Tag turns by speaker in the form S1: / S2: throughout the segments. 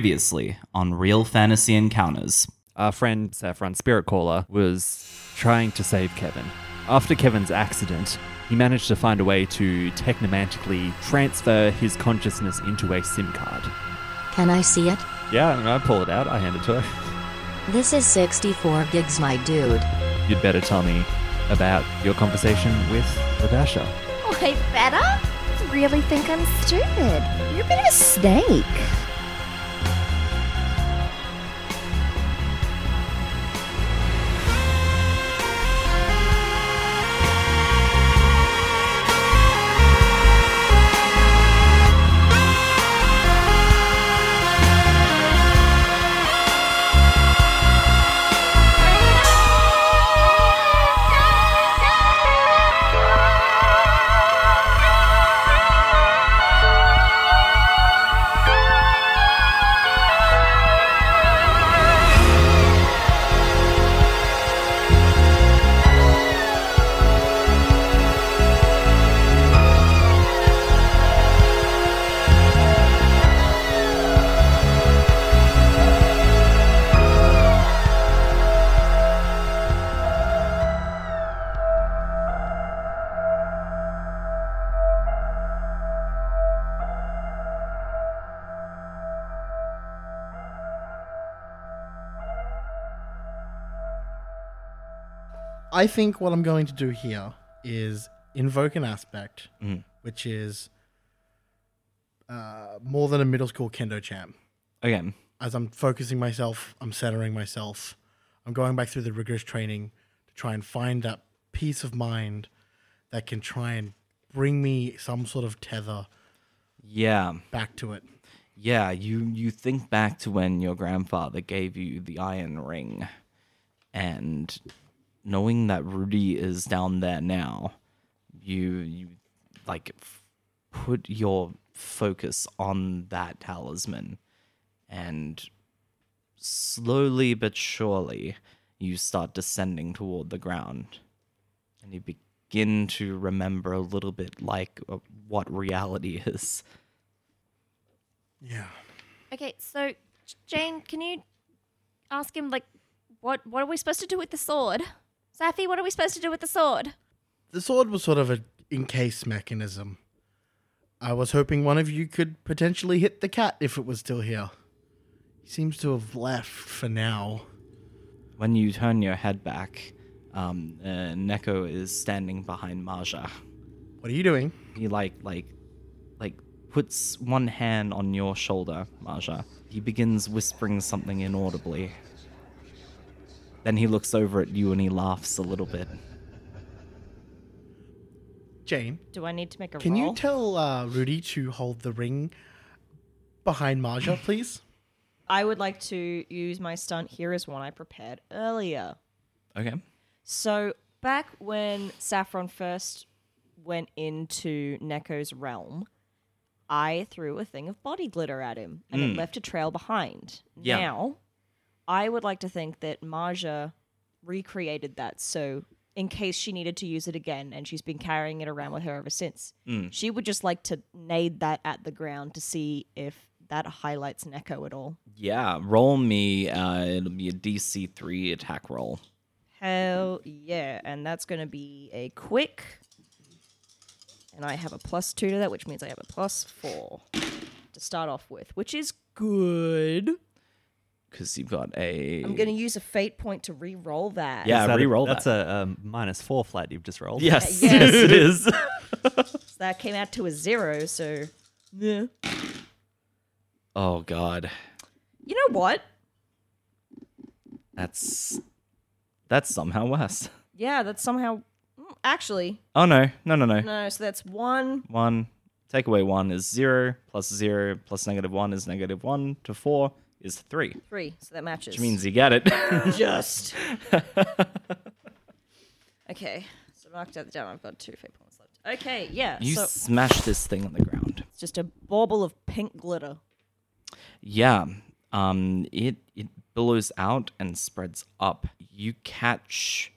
S1: Previously on Real Fantasy Encounters.
S2: our friend Saffron Spirit Caller was trying to save Kevin. After Kevin's accident, he managed to find a way to technomantically transfer his consciousness into a SIM card.
S3: Can I see it?
S2: Yeah, and I pull it out, I hand it to her.
S3: This is 64 gigs, my dude.
S2: You'd better tell me about your conversation with Radasha.
S4: I better? Really think I'm stupid? You're a bit of a snake.
S5: I think what I'm going to do here is invoke an aspect, which is uh, more than a middle school kendo champ.
S1: Again,
S5: As I'm focusing myself, I'm centering myself. I'm going back through the rigorous training to try and find that peace of mind that can try and bring me some sort of tether
S1: yeah,
S5: back to it.
S1: yeah. You you think back to when your grandfather gave you the iron ring, and knowing that Rudy is down there now, you you like f- put your focus on that talisman, and slowly but surely you start descending toward the ground. and you begin to remember a little bit like uh, what reality is.
S5: Yeah.
S4: Okay, so J- Jane, can you ask him like what what are we supposed to do with the sword? Safi, what are we supposed to do with the sword?
S5: The sword was sort of an encase mechanism. I was hoping one of you could potentially hit the cat if it was still here. He seems to have left for now.
S1: When you turn your head back, um, uh, Neko is standing behind Maja.
S5: What are you doing?
S1: He like like like puts one hand on your shoulder, Maja. He begins whispering something inaudibly. Then he looks over at you and he laughs a little bit.
S5: Jane,
S4: Do I need to make a
S5: can
S4: roll?
S5: you tell uh, Rudy to hold the ring behind Marja, please?
S6: I would like to use my stunt. Here is one I prepared earlier.
S1: Okay.
S6: So back when Saffron first went into Neko's realm, I threw a thing of body glitter at him and it left a trail behind.
S1: Yeah.
S6: Now, I would like to think that Marja recreated that so in case she needed to use it again and she's been carrying it around with her ever since. She would just like to nade that at the ground to see if that highlights Neko at all.
S1: Yeah, roll me. Uh, it'll be a DC three attack roll.
S6: Hell yeah. And that's going to be a quick. And I have a plus two to that, which means I have a plus four to start off with, which is good.
S1: because you've got a.
S6: I'm going to use a fate point to re roll that.
S1: Yeah,
S2: Is that a-
S1: re-roll
S2: That's
S1: that.
S2: a um, minus four flat you've just rolled.
S1: Yes,
S6: Yes.
S1: yes, it is.
S6: So that came out to a zero. So, yeah.
S1: oh god,
S6: You know what?
S1: that's that's somehow worse.
S6: Yeah, that's somehow. mm, Actually,
S1: Oh no, no, no, no.
S6: no. So that's one.
S1: One take away one is zero plus zero plus negative one is negative one to four is three,
S6: Three, so that matches.
S1: which means you get it.
S6: just. okay, so knocked that down. I've got two fate points left. Okay, yeah.
S1: you
S6: so
S1: smash this thing on the ground.
S6: It's just a bauble of pink glitter.
S1: Yeah. Um it it billows out and spreads up. You catch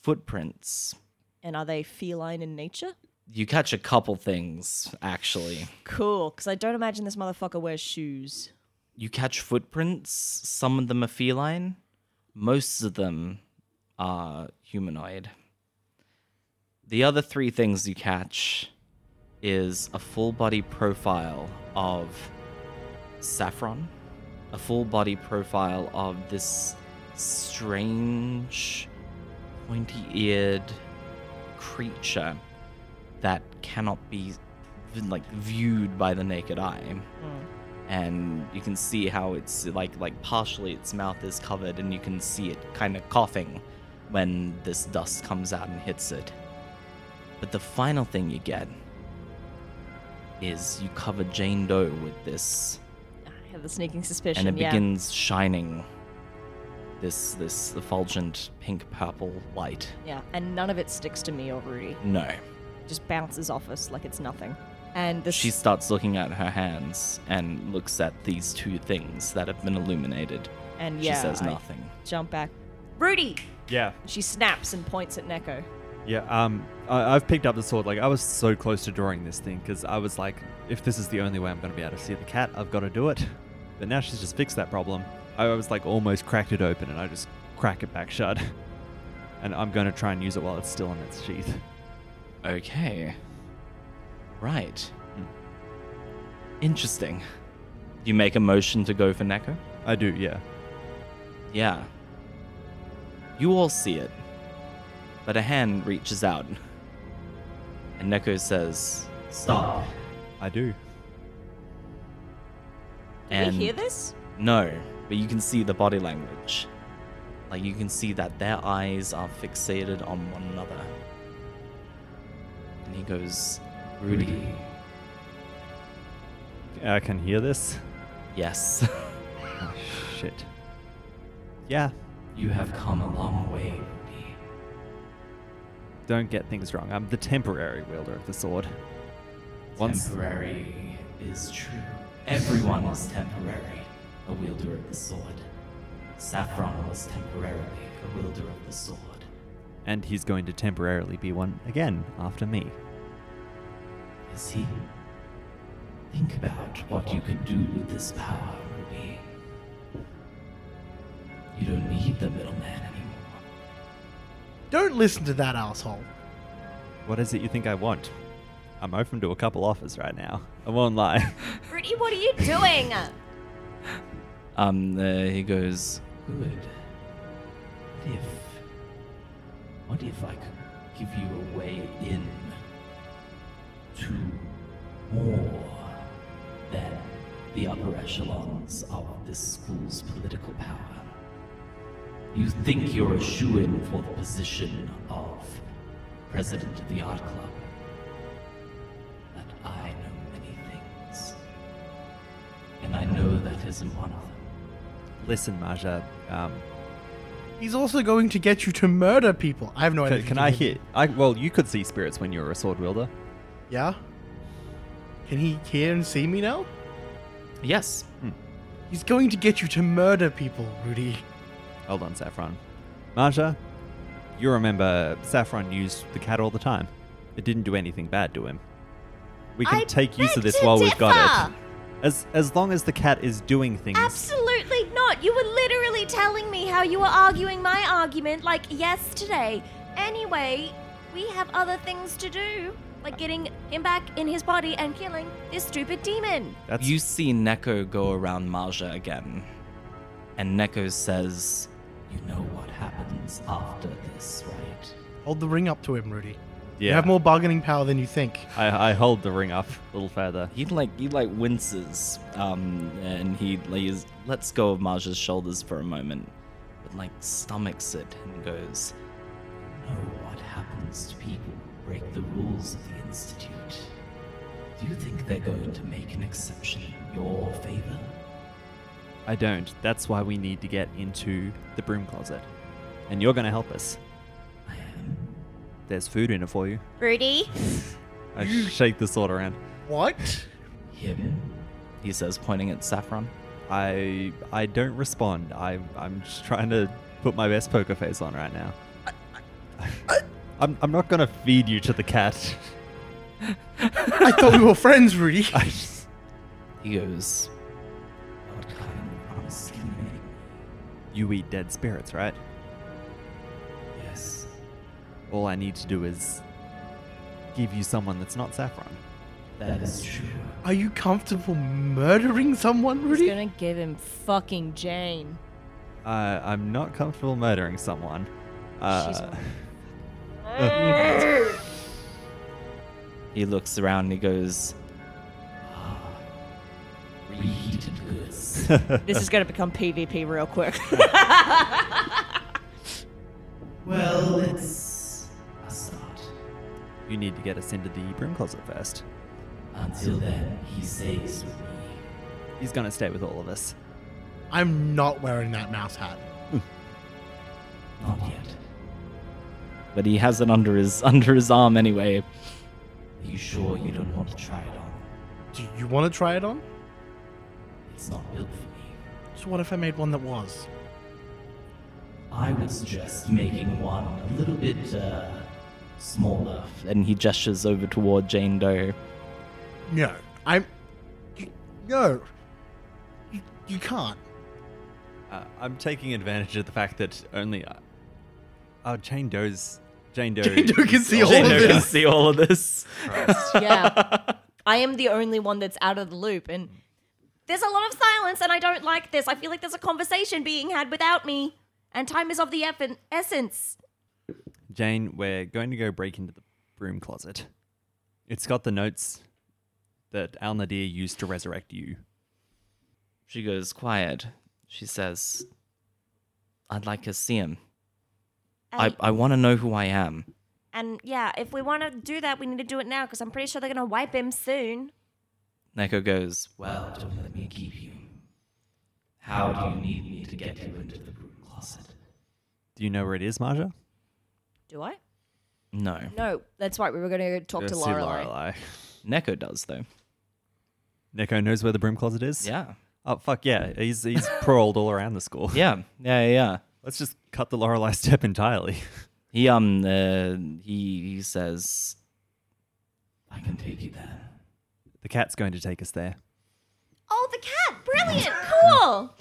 S1: footprints.
S6: And are they feline in nature?
S1: You catch a couple things actually.
S6: Cool, because I don't imagine this motherfucker wears shoes.
S1: you catch footprints. Some of them are feline, most of them are humanoid. The other three things you catch is a full body profile of Saffron, a full body profile of this strange, pointy eared creature that cannot be like viewed by the naked eye and you can see how it's like like partially its mouth is covered and you can see it kind of coughing when this dust comes out and hits it but the final thing you get is you cover jane doe with this
S6: I have the sneaking suspicion.
S1: and it
S6: yeah.
S1: begins shining this this effulgent pink purple light
S6: yeah. And none of it sticks to me or Rudy.
S1: no
S6: It just bounces off us like it's nothing. And the
S1: she starts looking at her hands and looks at these two things that have been illuminated
S6: and
S1: she
S6: yeah,
S1: says
S6: I
S1: nothing
S6: jump back. Rudy.
S2: Yeah.
S6: She snaps and points at Neko.
S2: Yeah, um, I, I've picked up the sword. Like, I was so close to drawing this thing because I was like, if this is the only way I'm going to be able to see the cat, I've got to do it. But now she's just fixed that problem. I was like, almost cracked it open, and I just crack it back shut. And I'm going to try and use it while it's still in its sheath.
S1: Okay. Right. Hmm. Interesting. You make a motion to go for Neko?
S2: I do, yeah.
S1: Yeah. You all see it, but a hand reaches out. And Neko says, Stop.
S2: I do.
S1: And
S6: we hear this?
S1: No, but you can see the body language. Like, you can see that their eyes are fixated on one another. And he goes, Rudy.
S2: I can hear this.
S1: Yes.
S2: Oh, shit. Yeah.
S1: You have come a long way, Rudy.
S2: Don't get things wrong. I'm the temporary wielder of the sword. Once.
S1: Temporary is true. Everyone is temporary, a wielder of the sword. Saffron was temporarily a wielder of the sword.
S2: And he's going to temporarily be one again after me.
S1: Is he? Think about what you could do with this power, Ruby. You don't need the middleman anymore.
S5: Don't listen to that asshole.
S2: What is it you think I want? I'm open to a couple offers right now. I won't lie.
S4: Rudy, what are you doing?
S1: Um, uh, he goes, Good. What if. What if I could give you a way in to more than the upper echelons of this school's political power? You think you're a shoe in for the position of president of the art club. But I know many things, and I know that isn't one of them.
S2: Listen, Maja. Um,
S5: He's also going to get you to murder people. I have no
S2: can,
S5: idea. if
S2: can
S5: he
S2: I
S5: did.
S2: hear? I, well, you could see spirits when you were a sword wielder.
S5: Yeah. Can he hear and see me now?
S1: Yes.
S5: He's going to get you to murder people, Rudy.
S2: Hold on, Saffron. Maja, you remember Saffron used the cat all the time. It didn't do anything bad to him. We can
S4: I
S2: take use of
S4: beg
S2: this
S4: to
S2: while we've got it.
S4: differ.
S2: As as long as the cat is doing things.
S4: Absolutely not. You were literally telling me how you were arguing my argument like yesterday. Anyway, we have other things to do, like getting him back in his body and killing this stupid demon.
S2: That's
S1: You see Neko go around Marja again, and Neko says, You know what happens after this, right?
S5: Hold the ring up to him, Rudy.
S2: yeah.
S5: You have more bargaining power than you think.
S2: I, I hold the ring up a little further.
S1: He like he like winces, um, and he lays lets go of Marja's shoulders for a moment, but like stomachs it and goes, "You know what happens to people who break the rules of the institute? Do you think they're going to make an exception in your favor?"
S2: I don't. That's why we need to get into the broom closet. And you're going to help us.
S1: I am
S2: There's food in it for you.
S4: Rudy,
S2: I shake the sword around.
S5: What?
S1: him. He says, pointing at Saffron.
S2: I I don't respond. I I'm just trying to put my best poker face on right now. I'm I'm not gonna feed you to the cat.
S5: I thought we were friends, Rudy.
S2: I just,
S1: He goes, What kind
S2: animals. You eat dead spirits, right?
S1: Yes.
S2: All I need to do is give you someone that's not Saffron.
S1: that is true.
S5: Are you comfortable murdering someone,
S6: He's
S5: Rudy?
S6: gonna give him fucking Jane.
S2: Uh, I'm not comfortable murdering someone.
S6: She's
S2: Uh,
S1: He looks around and he goes, "Ah, Read this.
S6: This is gonna become PvP real quick.
S1: Well, it's a start.
S2: you need to get us into the broom closet first.
S1: Until then, he stays with me.
S2: He's gonna stay with all of us.
S5: I'm not wearing that mouse hat.
S1: Not yet. But he has it under his under his arm anyway. Are you sure you don't want to try it on?
S5: Do you want to try it on?
S1: It's not built for me.
S5: So what if I made one that was?
S1: I would suggest making one a little bit uh, smaller. And he gestures over toward Jane Doe.
S5: No, I'm. You, no, you, you can't.
S2: Uh, I'm taking advantage of the fact that only. Uh, oh, Jane Doe's. Jane Doe.
S5: Jane Doe can see all
S1: Jane
S5: of
S1: Doe can
S5: this.
S1: see all of this.
S6: yeah. I am the only one that's out of the loop, and
S4: There's a lot of silence, and I don't like this. I feel like there's a conversation being had without me, and time is of the eff- essence.
S2: Jane, we're going to go break into the broom closet. It's got the notes that Al Nadir used to resurrect you.
S1: She goes quiet. She says, I'd like to see him. I,
S4: And-
S1: I want to know who I am.
S4: And yeah, if we want to do that, we need to do it now because I'm pretty sure they're going to wipe him soon.
S1: Neko goes, Well, don't let me keep you. How do you need me to get you into the broom closet?
S2: Do you know where it is, Marja?
S6: do I?
S1: No.
S6: No, that's right. We were gonna go talk to
S2: Go see
S6: Lorelai.
S2: Lorelai.
S1: Neko does, though.
S2: Neko knows where the broom closet is?
S1: Yeah.
S2: Oh, fuck yeah. He's, he's paroled all around the school.
S1: Yeah. Yeah. Yeah.
S2: Let's just cut the Lorelei step entirely.
S1: He, um, uh, he, he says, I can take you there.
S2: The cat's going to take us there.
S4: Oh, the cat! Brilliant! Cool!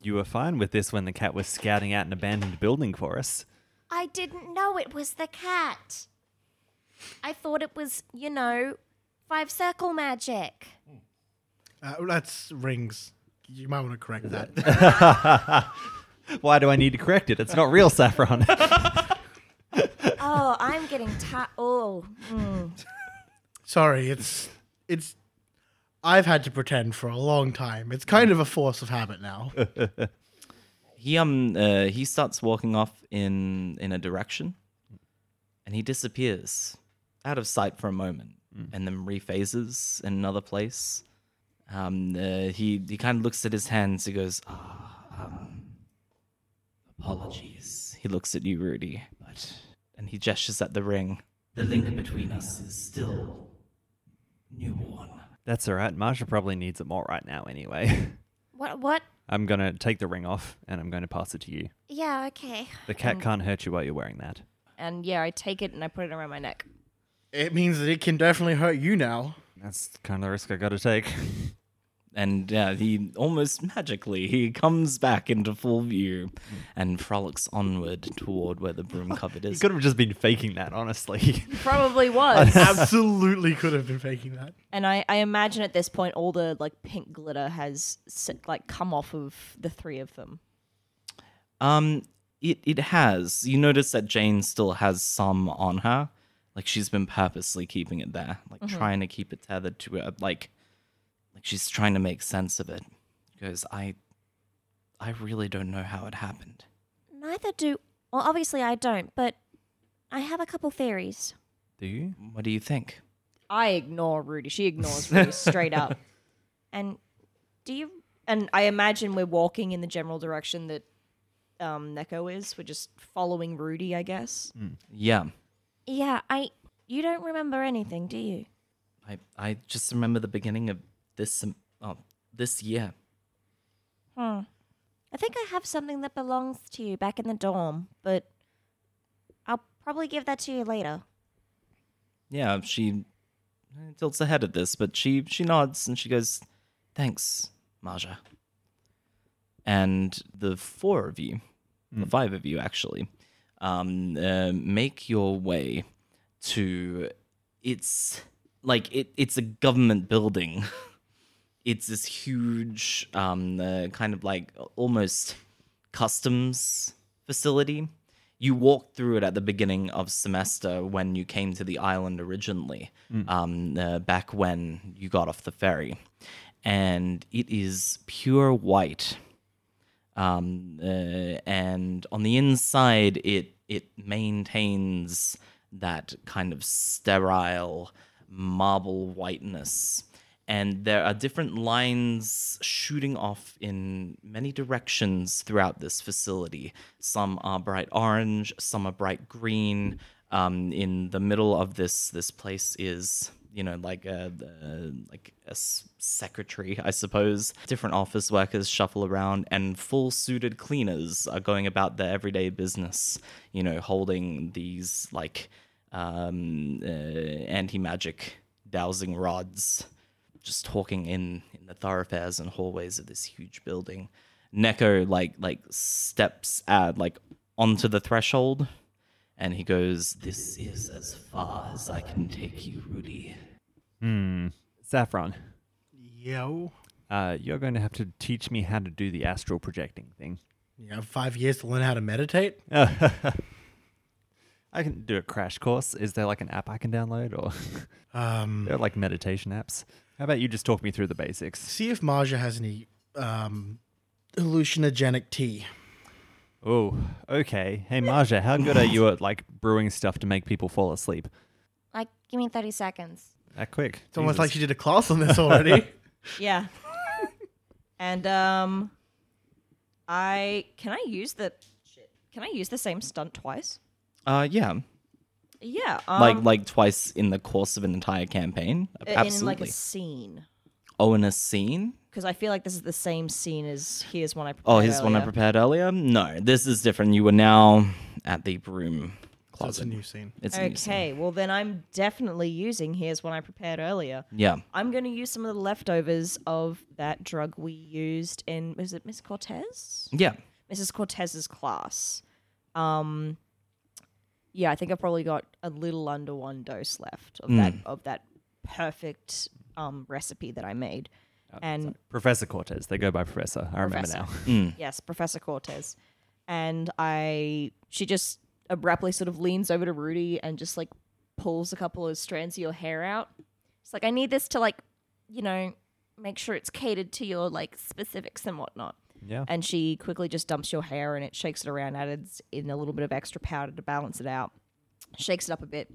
S2: You were fine with this when the cat was scouting out an abandoned building for us.
S4: I didn't know it was the cat. I thought it was, you know, five circle magic.
S5: Uh, that's rings. You might want to correct that.
S2: Why do I need to correct it? It's not real, Saffron.
S4: Oh, I'm getting tired. Oh,
S5: Sorry, it's it's. I've had to pretend for a long time. It's kind of a force of habit now.
S1: He, um, uh, he starts walking off in, in a direction and he disappears out of sight for a moment and then rephases in another place. Um, uh, he, he kind of looks at his hands. He goes, ah, um, apologies. He looks at you, Rudy, but, and he gestures at the ring. The link between us is still newborn.
S2: That's all right. Marsha probably needs it more right now, anyway.
S4: what? What?
S2: I'm going to take the ring off and I'm going to pass it to you.
S4: Yeah, okay.
S2: The cat can't hurt you while you're wearing that.
S6: And yeah, I take it and I put it around my neck.
S5: it means that it can definitely hurt you now.
S2: That's kind of the risk I got to take.
S1: And yeah, he almost magically he comes back into full view and frolics onward toward where the broom cupboard
S2: You
S1: is.
S2: could have just been faking that, honestly.
S6: Probably was.
S5: Absolutely could have been faking that.
S6: and I, I imagine at this point all the like pink glitter has sit, like come off of the three of them.
S1: Um, it it has. You notice that Jane still has some on her, like she's been purposely keeping it there, like trying to keep it tethered to her, like like she's trying to make sense of it. Goes, I, I really don't know how it happened.
S4: Neither do. Well, obviously I don't, but I have a couple theories.
S2: Do you?
S1: What do you think?
S6: I ignore Rudy. She ignores Rudy straight up.
S4: And do you.
S6: And I imagine we're walking in the general direction that um, Neko is. We're just following Rudy, I guess.
S1: Yeah,
S4: Yeah, I. Mm. You don't remember anything, do you?
S1: I I just remember the beginning of this sem- oh, this year.
S4: I think I have something that belongs to you back in the dorm, but I'll probably give that to you later.
S1: eh, Yeah, she tilts her head at this, but she she nods and she goes, Thanks, Maja. And the four of you, the five of you actually, um, uh, make your way to it's like it, it's a government building. it's this huge um, uh, kind of like almost customs facility. You walked through it at the beginning of semester when you came to the island originally, um, uh, back when you got off the ferry. And it is pure white. Um, uh, and on the inside, it, it maintains that kind of sterile marble whiteness and there are different lines shooting off in many directions throughout this facility. Some are bright orange, some are bright green. Um, in the middle of this this place is you know like a, the like a s- secretary, I suppose. Different office workers shuffle around, and full suited cleaners are going about their everyday business. You know, holding these like um, uh, anti magic dowsing rods just talking in in the thoroughfares and hallways of this huge building. Neko like like steps out like onto the threshold, and he goes, "This is as far as I can take you, Rudy."
S2: Saffron,
S5: Yo.
S2: uh, you're going to have to teach me how to do the astral projecting thing.
S5: You have five years to learn how to meditate?
S2: I can do a crash course. Is there like an app I can download or
S5: Um,
S2: there are like meditation apps? How about you just talk me through the basics?
S5: see if Marja has any um, hallucinogenic tea.
S2: Oh, okay. Hey, Marja, how good are you at like brewing stuff to make people fall asleep?
S4: Like, give me 30 seconds.
S2: That quick.
S5: It's almost like
S2: Jesus.
S5: she did a class on this already.
S6: Yeah. and um I can I use the shit. Can I use the same stunt twice?
S1: Uh, yeah,
S6: Yeah. Um,
S1: like like twice in the course of an entire campaign,
S6: in like
S1: absolutely.
S6: a scene.
S1: oh, in a scene.
S6: Because I feel like this is the same scene as here's one I prepared.
S1: Oh, here's
S6: earlier.
S1: one I prepared earlier. No, this is different. You were now at the broom closet.
S5: That's a new scene.
S1: It's a new scene.
S6: Okay, well then I'm definitely using here's one I prepared earlier.
S1: Yeah.
S6: I'm going to use some of the leftovers of that drug we used in was it Miss Cortez?
S1: Yeah.
S6: Mrs. Cortez's class. Um, yeah, I think I've probably got a little under one dose left of
S1: Hmm.
S6: that of that perfect um, recipe that I made.
S1: Oh,
S6: and
S2: Professor Cortez. They go by Professor. I remember
S6: Professor.
S2: now.
S5: Mm.
S6: yes, Professor Cortez. And I she just abruptly sort of leans over to Rudy and just like pulls a couple of strands of your hair out.
S4: It's like, I need this to, like, you know, make sure it's catered to your, like, specifics and whatnot.
S2: Yeah.
S6: And she quickly just dumps your hair and it shakes it around, adds in a little bit of extra powder to balance it out, shakes it up a bit,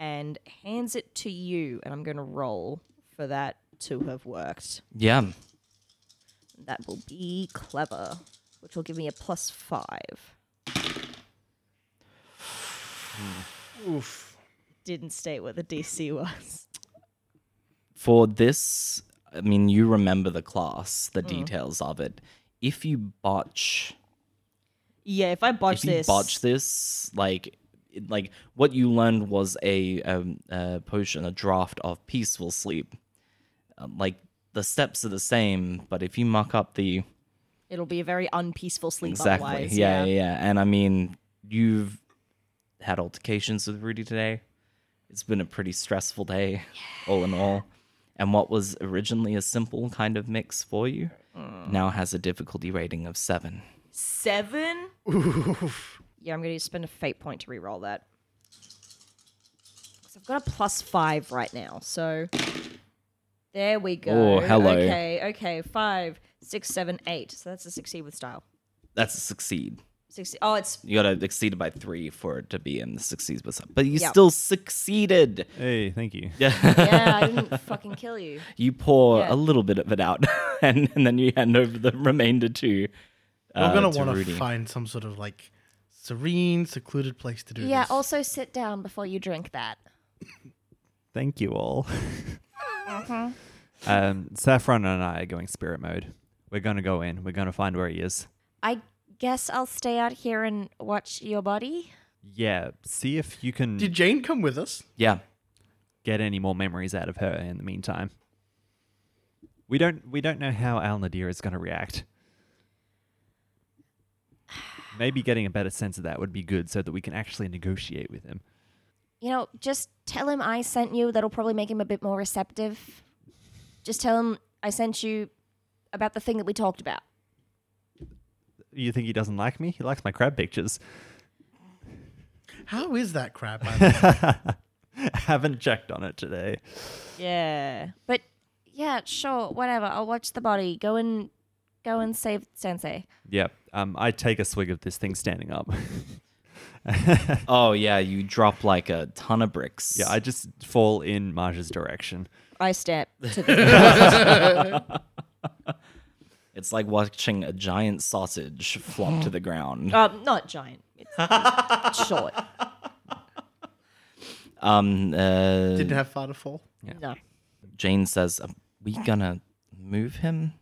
S6: and hands it to you. And I'm going to roll for that to have worked.
S1: Yeah.
S6: That will be clever, which will give me a plus five.
S5: Oof.
S6: Didn't state what the DC was.
S1: for this, I mean, you remember the class,
S6: Mm.
S1: the details of it. If you botch,
S6: Yeah, if I botch
S1: if you
S6: this,
S1: botch this, like, it- like what you learned was a, um, a potion, a draft of peaceful sleep. Um, like the steps are the same, but if you muck up the
S6: it'll be a very unpeaceful sleep.
S1: exactly,
S6: Otherwise,
S1: yeah, yeah, yeah. And I mean, you've had altercations with Rudy today. It's been a pretty stressful day, all in all. And what was originally a simple kind of mix for you now has a difficulty rating of seven.
S6: Seven. Yeah, I'm gonna spend a fate point to re-roll that. 'Cause I've got a plus five right now, so there we go.
S1: Oh, hello.
S6: Okay, okay, five, six, seven, eight. So that's a succeed with style.
S1: That's a succeed.
S6: Sixty. Oh, it's
S1: You gotta exceed it by three for it to be in the succeeds with some. But you
S6: Yep.
S1: still succeeded.
S2: Hey, thank you.
S6: yeah. I didn't fucking kill you.
S1: You pour a
S6: Yeah.
S1: little bit of it out, and, and then you hand over the remainder to.
S5: We're
S1: uh,
S5: going
S1: to
S5: to want
S1: Rudy.
S5: to find some sort of like serene, secluded place to do
S4: Yeah,
S5: this.
S4: also sit down before you drink that.
S2: Thank you all.
S6: Mm-hmm.
S2: um, Saffron and I are going spirit mode. We're going to go in. We're going to find where he is.
S4: I guess I'll stay out here and watch your body.
S2: Yeah, see if you can
S5: Did Jane come with us?
S1: Yeah.
S2: get any more memories out of her in the meantime. We don't we don't know how Al Nadir is going to react. Maybe getting a better sense of that would be good, so that we can actually negotiate with him.
S4: You know, just tell him I sent you. That'll probably make him a bit more receptive. Just tell him I sent you about the thing that we talked about.
S2: You think he doesn't like me? He likes my crab pictures.
S5: How is that crab? by the way?
S2: Haven't checked on it today.
S6: Yeah.
S4: But yeah, sure, whatever. I'll watch the body. Go and go and save Sensei.
S2: Yep. Um, I take a swig of this thing standing up.
S1: Oh yeah, you drop like a ton of bricks.
S2: yeah, I just fall in Marge's direction.
S6: I step to
S1: it's like watching a giant sausage flop to the ground.
S6: Um, not giant. It's, it's short.
S1: Um, uh,
S5: Didn't have far to fall.
S6: No.
S1: Jane says, "Are we gonna move him?"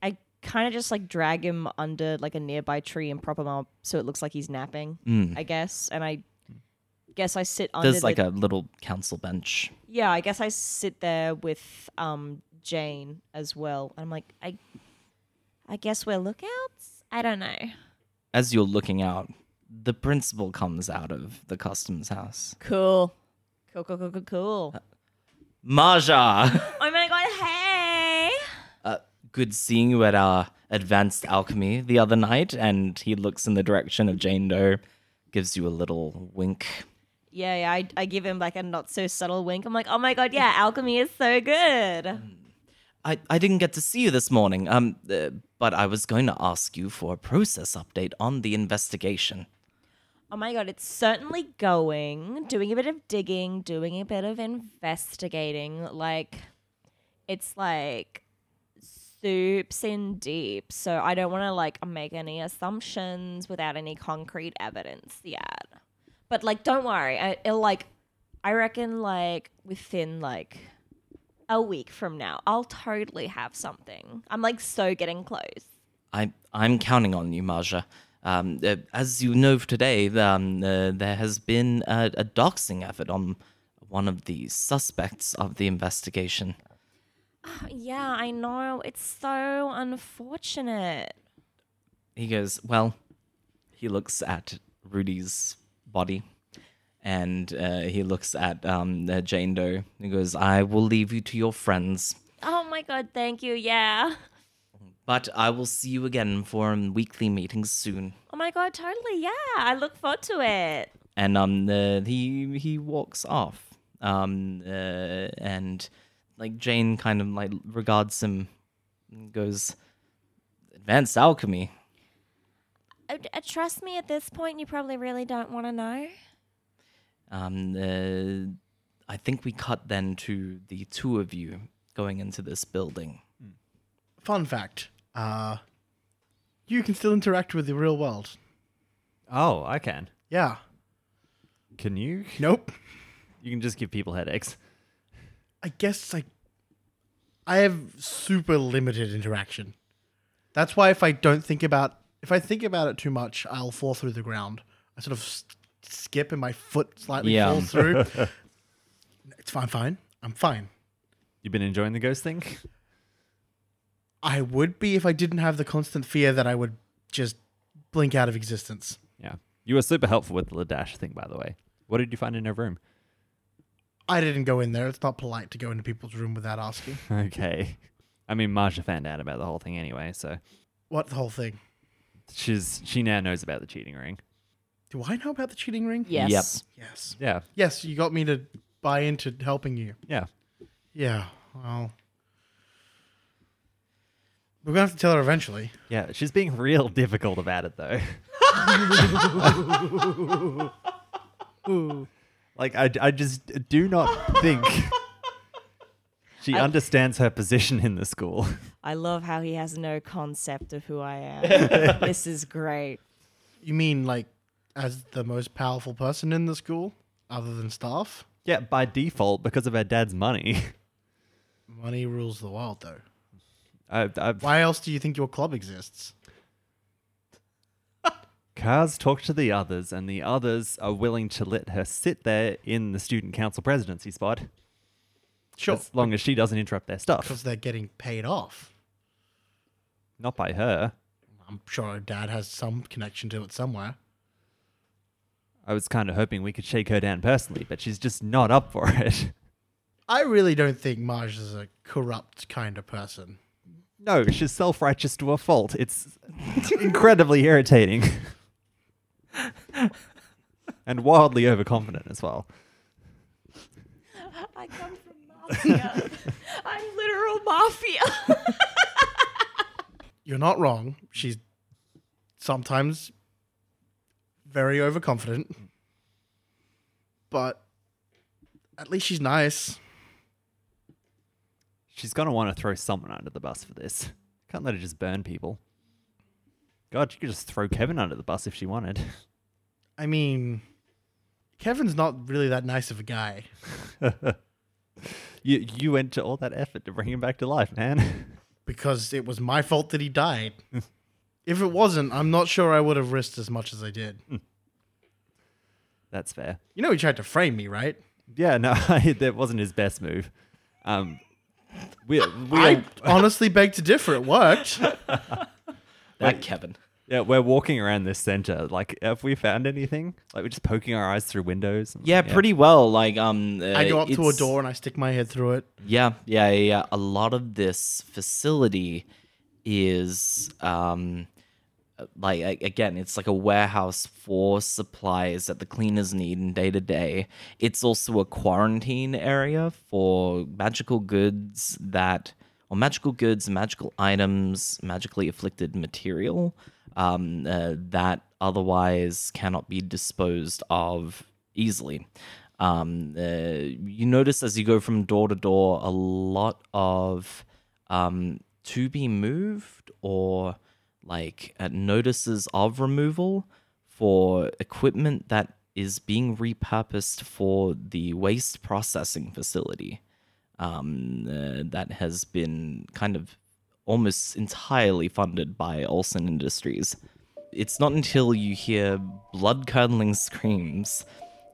S6: I kind of just like drag him under like a nearby tree and prop him up so it looks like he's napping, I guess. And I guess I sit under
S1: Mm. There's like a
S6: the,
S1: little council bench.
S6: Yeah, I guess I sit there with um Jane as well. I'm like, I I guess we're lookouts?
S4: I don't know.
S1: As you're looking out, the principal comes out of the customs house.
S6: Cool. Cool, cool, cool, cool, cool.
S1: Uh, Maja,
S4: Oh my god, hey!
S1: uh, good seeing you at our advanced alchemy the other night. And he looks in the direction of Jane Doe, gives you a little wink.
S6: Yeah, yeah I, I give him like a not so subtle wink. I'm like, oh my god, yeah, alchemy is so good.
S1: I, I didn't get to see you this morning, um, uh, but I was going to ask you for a process update on the investigation.
S6: Oh my god, it's certainly going. Doing a bit of digging, doing a bit of investigating. Like, it's like soups in deep. So I don't want to like make any assumptions without any concrete evidence yet. But like, don't worry. I, it'll like, I reckon like within like a week from now, I'll totally have something. I'm like so getting close.
S1: I, I'm counting on you, Marja. Um, uh, as you know today, um, uh, there has been a, a doxing effort on one of the suspects of the investigation.
S4: Yeah, I know. It's so unfortunate.
S1: He goes, Well, he looks at Rudy's body and uh, he looks at um, uh, Jane Doe. He goes, I will leave you to your friends,
S4: Oh my god, thank you, yeah.
S1: but I will see you again for um, weekly meetings soon.
S4: Oh my god, totally, yeah. I look forward to it.
S1: and um uh, he he walks off um uh, and like jane kind of like regards him and goes advanced alchemy
S4: Uh, d- uh, trust me, at this point, you probably really don't want to know.
S1: um uh, i think we cut then to the two of you going into this building
S5: Fun fact: uh, you can still interact with the real world.
S2: Oh, I can.
S5: Yeah.
S2: Can you?
S5: Nope.
S2: You can just give people headaches.
S5: I guess like I have super limited interaction. That's why if I don't think about if I think about it too much, I'll fall through the ground. I sort of s- skip and my foot slightly
S1: Yeah.
S5: falls through. it's fine, fine. I'm fine.
S2: You've been enjoying the ghost thing?
S5: I would be if I didn't have the constant fear that I would just blink out of existence.
S2: Yeah. You were super helpful with the Ladash thing, by the way. What did you find in her room?
S5: I didn't go in there. It's not polite to go into people's room without asking.
S2: Okay. I mean, Marsha found out about the whole thing anyway, so
S5: What the whole thing?
S2: she's she now knows about the cheating ring.
S5: Do I know about the cheating ring?
S6: Yes.
S5: Yes.
S2: Yeah.
S5: Yes, you got me to buy into helping you.
S2: Yeah.
S5: Yeah. Well, we're gonna have to tell her eventually.
S2: Yeah. She's being real difficult about it though. like I, I just do not think she understands her position in the school.
S6: I love how he has no concept of who I am. this is great.
S5: You mean like as the most powerful person in the school, other than staff?
S2: Yeah, by default because of her dad's money.
S5: Money rules the world, though.
S2: I, I,
S5: Why else do you think your club exists?
S2: Kaz talked to the others, and the others are willing to let her sit there in the student council presidency spot.
S5: Sure.
S2: as long as she doesn't interrupt their
S5: Because
S2: stuff.
S5: they're getting paid off.
S2: Not by her.
S5: I'm sure her dad has some connection to it somewhere.
S2: I was kind of hoping we could shake her down personally, but she's just not up for it.
S5: I really don't think Marge is a corrupt kind of person.
S2: No, she's self righteous to a fault. It's incredibly irritating. and wildly overconfident as well.
S4: I come from mafia. I'm literal mafia.
S5: You're not wrong. She's sometimes very overconfident. But at least she's nice.
S2: She's going to want to throw someone under the bus for this. Can't let her just burn people. God, she could just throw Kevin under the bus if she wanted.
S5: I mean, Kevin's not really that nice of a guy.
S2: You, you went to all that effort to bring him back to life, man.
S5: because it was my fault that he died. if it wasn't, I'm not sure I would have risked as much as I did.
S2: That's fair.
S5: You know, he tried to frame me, right?
S2: Yeah, no, that wasn't his best move. Um, we, we
S5: I honestly beg to differ. It worked.
S1: That Uh, Kevin.
S2: Yeah, we're walking around this center. Like, have we found anything? Like, we're just poking our eyes through windows. and-
S1: Yeah, pretty well. Like um, uh,
S5: I go up to a
S1: it's-
S5: door and I stick my head through it.
S1: Yeah, yeah, yeah. yeah. A lot of this facility is um like a- again, it's like a warehouse for supplies that the cleaners need in day to day. It's also a quarantine area for magical goods that or magical goods, magical items, magically afflicted material um, uh, that otherwise cannot be disposed of easily. Um, uh, you notice as you go from door to door, a lot of um, to be moved or like uh, notices of removal for equipment that is being repurposed for the waste processing facility um, uh, that has been kind of almost entirely funded by Olsen Industries. It's not until you hear blood curdling screams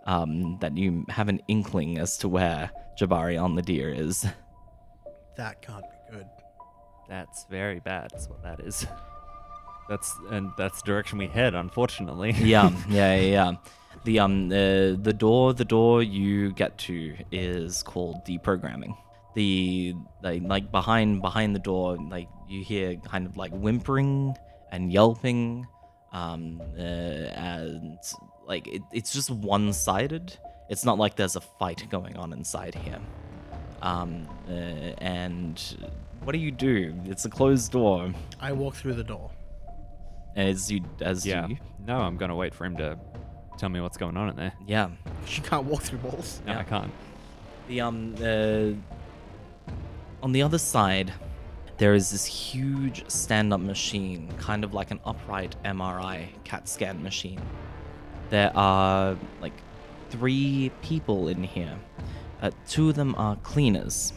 S1: um, that you have an inkling as to where Jabari on the Deer is.
S5: That can't be good.
S2: That's very bad. That's what that is. That's and that's the direction we head. Unfortunately.
S1: yeah, yeah, yeah. yeah. The um uh, the door the door you get to is called deprogramming. The like, like behind behind the door, like you hear kind of like whimpering and yelping, um, uh, and like it, it's just one sided. It's not like there's a fight going on inside here. Um, uh, and what do you do? It's a closed door,
S5: I walk through the door.
S1: and as you as
S2: Yeah.
S1: you
S2: No, I'm gonna wait for him to tell me what's going on in there.
S1: yeah
S5: She can't walk through walls.
S2: No, I can't.
S1: The um uh, on the other side, there is this huge stand-up machine, kind of like an upright MRI CAT scan machine. There are like three people in here. Uh, two of them are cleaners,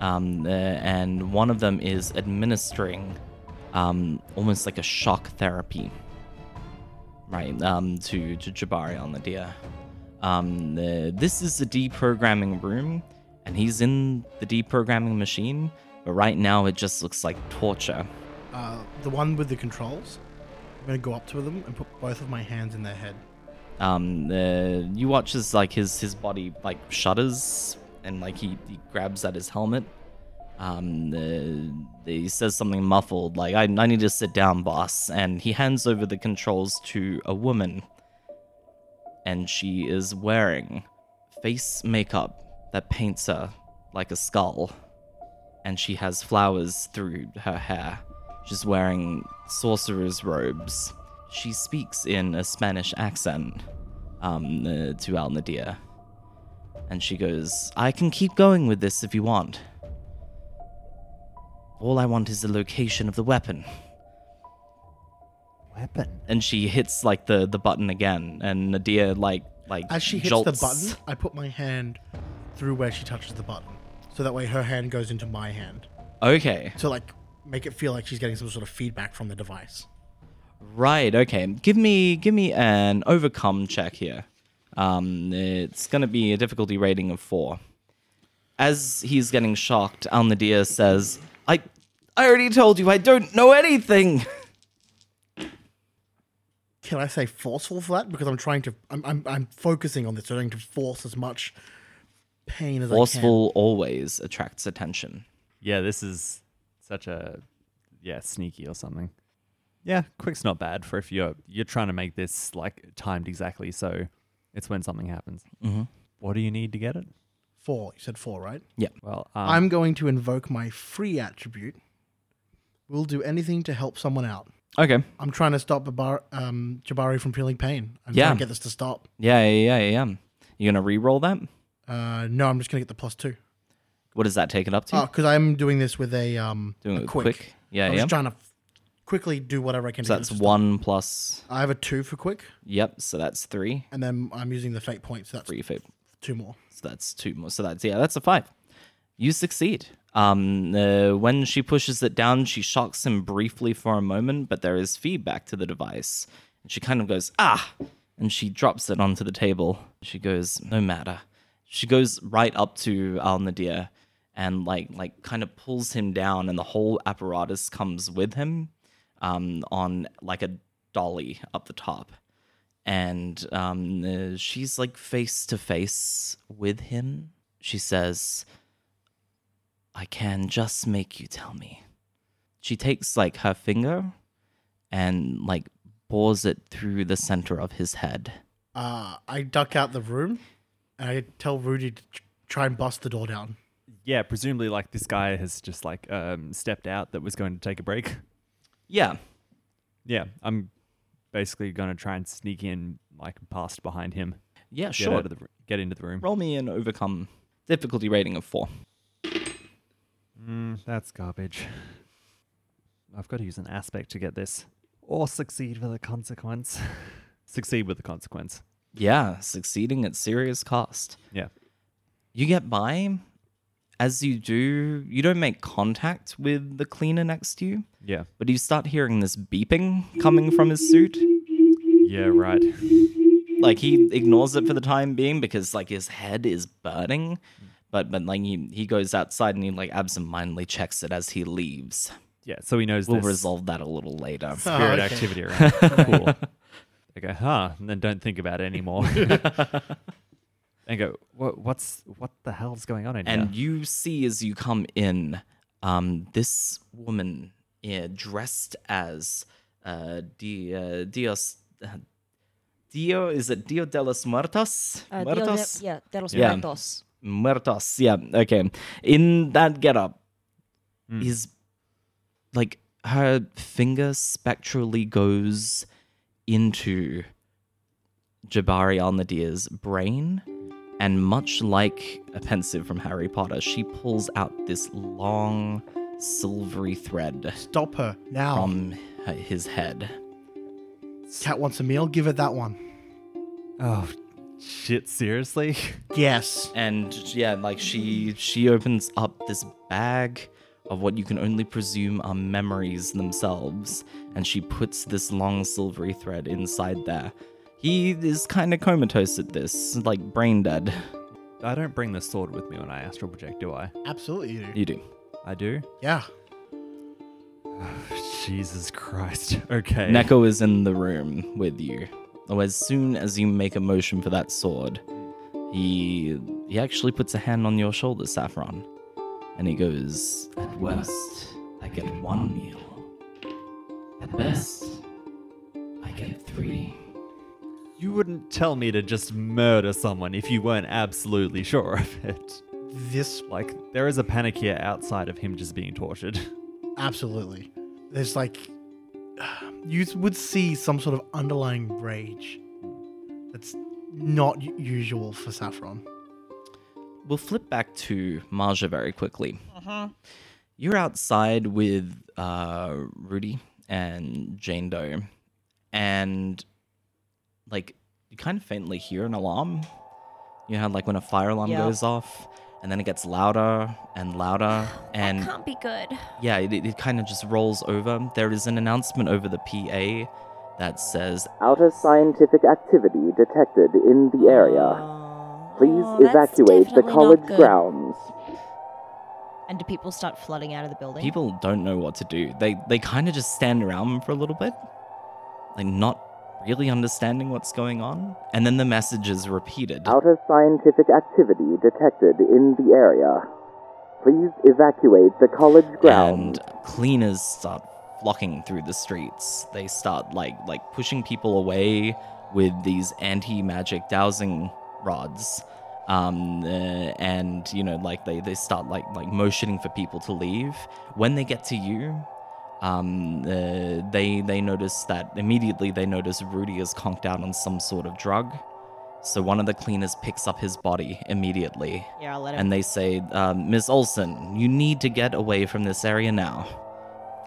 S1: um, uh, and one of them is administering um, almost like a shock therapy right um to to jabari on the deer um the, this is the deprogramming room and he's in the deprogramming machine but right now it just looks like torture
S5: Uh, the one with the controls. I'm gonna go up to them and put both of my hands in their head.
S1: um the, you watch as like his his body like shudders and like he, he grabs at his helmet um the, he says something muffled like I, I need to sit down boss and he hands over the controls to a woman and she is wearing face makeup that paints her like a skull and she has flowers through her hair. She's wearing sorcerer's robes. She speaks in a Spanish accent um, uh, to Al Nadir. And she goes, I can keep going with this if you want. All I want is the location of the weapon.
S2: Weapon.
S1: And she hits like the, the button again, and Nadir like like
S5: As she hits
S1: jolts.
S5: the button, I put my hand through where she touches the button, so that way her hand goes into my hand.
S1: Okay,
S5: to like make it feel like she's getting some sort of feedback from the device.
S1: right. Okay, give me give me an overcome check here. Um, it's gonna be a difficulty rating of four. as he's getting shocked, Alnadia says, I I already told you I don't know anything.
S5: Can I say forceful for that? Because I'm trying to. I'm I'm, I'm focusing on this. trying to force as much pain as I
S1: Forceful always attracts attention.
S2: Yeah, this is such a yeah sneaky or something. Yeah, quick's not bad for if you're you're trying to make this like timed exactly, so it's when something happens. Mm-hmm. What do you need to get it?
S5: can. Four. You said four, right?
S2: Well, um,
S5: I'm going to invoke my free attribute. We'll do anything to help someone out.
S1: Okay.
S5: I'm trying to stop Babar, um, Jabari from feeling pain. I'm
S1: Yeah.
S5: trying to get this to stop.
S1: Yeah, yeah, yeah, yeah. You gonna re-roll that?
S5: Uh, no, I'm just going to get the plus two.
S1: What does that take it up to?
S5: Oh, because I'm doing this with a um,
S1: Doing
S5: a
S1: it
S5: quick.
S1: quick. Yeah,
S5: I'm
S1: yeah.
S5: just trying to f- quickly do whatever I can.
S1: So
S5: to get
S1: that's
S5: this to
S1: one plus.
S5: stop. I have a two for quick,
S1: Yep. So that's three.
S5: and then I'm using the fate points. So that's
S1: Three fate.
S5: two more.
S1: So that's two more. So that's yeah, that's a five. You succeed. Um, uh, when she pushes it down, she shocks him briefly for a moment, but there is feedback to the device, and she kind of goes ah, and she drops it onto the table. She goes no matter. She goes right up to Al Nadir and like like kind of pulls him down, and the whole apparatus comes with him, um, on like a dolly up the top and um, uh, she's like face to face with him. She says, I can just make you tell me. She takes like her finger and like bores it through the center of his head.
S5: Uh, I duck out the room, and I tell Rudy to tr- try and bust the door down.
S2: yeah, presumably like this guy has just like um, stepped out that was going to take a break.
S1: Yeah.
S2: Yeah, I'm basically going to try and sneak in like past behind him.
S1: Yeah,
S2: Get
S1: sure.
S2: out of the r- get into the room.
S1: Roll me an overcome difficulty rating of four.
S2: Mm, that's garbage. I've got to use an aspect to get this. Or succeed with a consequence. succeed with a consequence.
S1: Yeah, succeeding at serious cost.
S2: Yeah.
S1: you get by as you do you don't make contact with the cleaner next to you
S2: Yeah.
S1: but you start hearing this beeping coming from his suit
S2: Yeah, right.
S1: like he ignores it for the time being because like his head is burning but but like he, he goes outside and he like absentmindedly checks it as he leaves
S2: Yeah, so he knows
S1: we'll
S2: this
S1: resolve that a little later
S2: spirit
S5: Oh, okay.
S2: activity around. cool. They go, huh, and then don't think about it anymore. and go, what, what's what the hell's going on in
S1: and
S2: here?
S1: you see as you come in um, this woman yeah, dressed as uh, Di- uh, Dios. Uh, Dio, is it Dio de los Muertos?
S6: Uh, Dio de-
S1: Muertos?
S6: yeah, de los
S1: Yeah.
S6: Muertos.
S1: Muertos, yeah, okay. In that getup is like her finger spectrally goes into Jabari al Nadir's brain, and much like a pensive from Harry Potter, she pulls out this long silvery thread
S5: Stop her now.
S1: from her- his head.
S5: Cat wants a meal. Give it that one.
S2: Oh shit, seriously?
S5: Yes.
S1: and yeah like she she opens up this bag of what you can only presume are memories themselves and she puts this long silvery thread inside there he is kind of comatose at this like brain dead
S2: I don't bring the sword with me when I astral project, do I?
S5: Absolutely, you do.
S1: you do
S2: I do?
S5: Yeah.
S2: Jesus Christ. Okay.
S1: neko is in the room with you oh as soon as you make a motion for that sword he he actually puts a hand on your shoulder saffron and he goes at worst i get one meal at best i get three
S2: You wouldn't tell me to just murder someone if you weren't absolutely sure of it.
S5: This
S2: Like, there is a panic here outside of him just being tortured.
S5: Absolutely. There's like you would see some sort of underlying rage that's not u- usual for Saffron.
S1: we'll flip back to Marja very quickly. You're outside with uh, Rudy and Jane Doe, and like you kind of faintly hear an alarm. You know, like when a fire alarm
S6: Yeah.
S1: goes off, and then it gets louder and louder, and
S4: Can't be good.
S1: yeah, it, it kind of just rolls over. There is an announcement over the PA that says
S7: Outer scientific activity detected in the area. Please
S4: Oh, that's
S7: evacuate
S4: definitely
S7: the
S4: not
S7: college
S4: good.
S7: grounds.
S6: And do people start flooding out of the building?
S1: People don't know what to do. They they kind of just stand around for a little bit, like not really understanding what's going on. And then the message is repeated.
S7: Out of scientific activity detected in the area. Please evacuate the college ground.
S1: and cleaners start flocking through the streets. They start like like pushing people away with these anti-magic dowsing rods, um, uh, and you know like they they start like like motioning for people to leave. When they get to you, um, uh, they they notice that immediately they notice Rudy is conked out on some sort of drug. So one of the cleaners picks up his body immediately
S6: yeah, I'll let him.
S1: and they say, um, Miss Olson, you need to get away from this area now.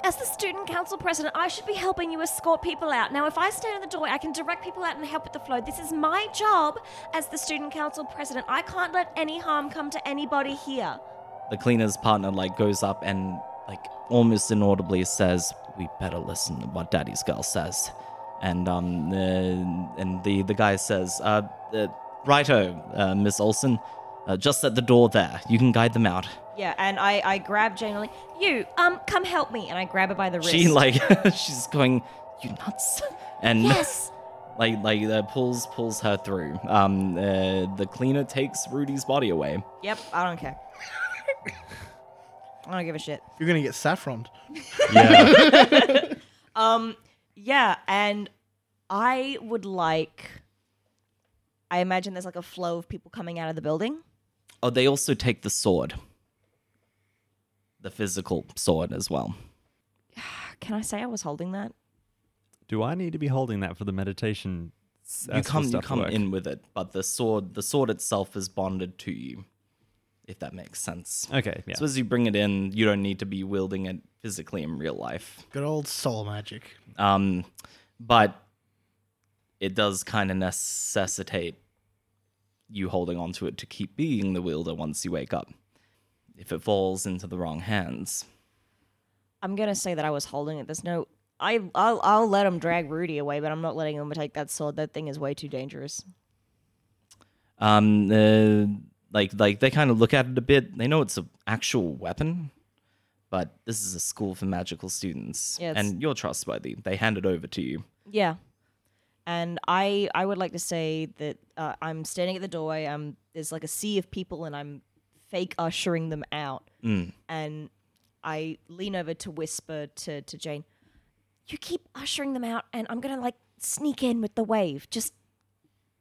S4: As the student council president, I should be helping you escort people out. Now, if I stand in the doorway, I can direct people out and help with the flow. This is my job as the student council president. I can't let any harm come to anybody here.
S1: The cleaner's partner like goes up and like almost inaudibly says, "We better listen to what Daddy's girl says," and um, uh, and the the guy says, uh, uh "Righto, uh, Miss Olson, uh, just at the door there. You can guide them out."
S6: yeah, and I, I grab Jane. I'm Like,
S4: You, um, come help me.
S6: and I grab her by the wrist.
S1: She like she's going, "You nuts!" and
S4: Yes.
S1: like like uh, pulls pulls her through. Um, uh, the cleaner takes Rudy's body away.
S6: Yep, I don't care. I don't give a shit.
S5: You're gonna get saffroned.
S2: Yeah.
S6: Yeah, and I would like. I imagine there's like a flow of people coming out of the building.
S1: Oh, they also take the sword. The physical sword as well.
S6: Can I say I was holding that?
S2: Do I need to be holding that for the meditation? s-
S1: you
S2: astral
S1: come you
S2: stuff to
S1: come
S2: work?
S1: in with it, but the sword the sword itself is bonded to you. If that makes sense.
S2: Okay. Oh, Yeah.
S1: So as you bring it in, you don't need to be wielding it physically in real life.
S5: Good old soul magic.
S1: Um but it does kind of necessitate you holding onto it to keep being the wielder once you wake up. If it falls into the wrong hands.
S6: I'm gonna say that I was holding it. There's no. I I'll, I'll let them drag Rudy away, but I'm not letting them take that sword. That thing is way too dangerous.
S1: um uh, like like they kind of look at it a bit they know it's an actual weapon but this is a school for magical students
S6: Yeah, it's-
S1: and you're trustworthy they hand it over to you
S6: Yeah. And I I would like to say that uh, I'm standing at the doorway. I'm there's like a sea of people, and I'm fake ushering them out. And I lean over to whisper to to Jane,
S4: You keep ushering them out, and I'm gonna like sneak in with the wave. Just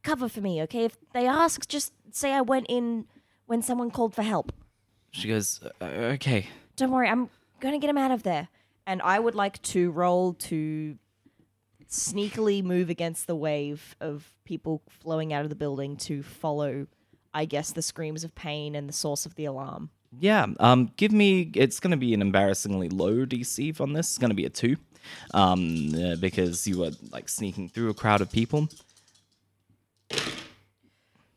S4: cover for me, okay? If they ask, just say I went in when someone called for help.
S1: she goes "Uh, okay
S4: Don't worry, I'm gonna get him out of there.
S6: and I would like to roll to sneakily move against the wave of people flowing out of the building to follow, I guess, the screams of pain and the source of the alarm.
S1: yeah um give me it's going to be an embarrassingly low dc on this it's going to be a 2 um uh, because you were like sneaking through a crowd of people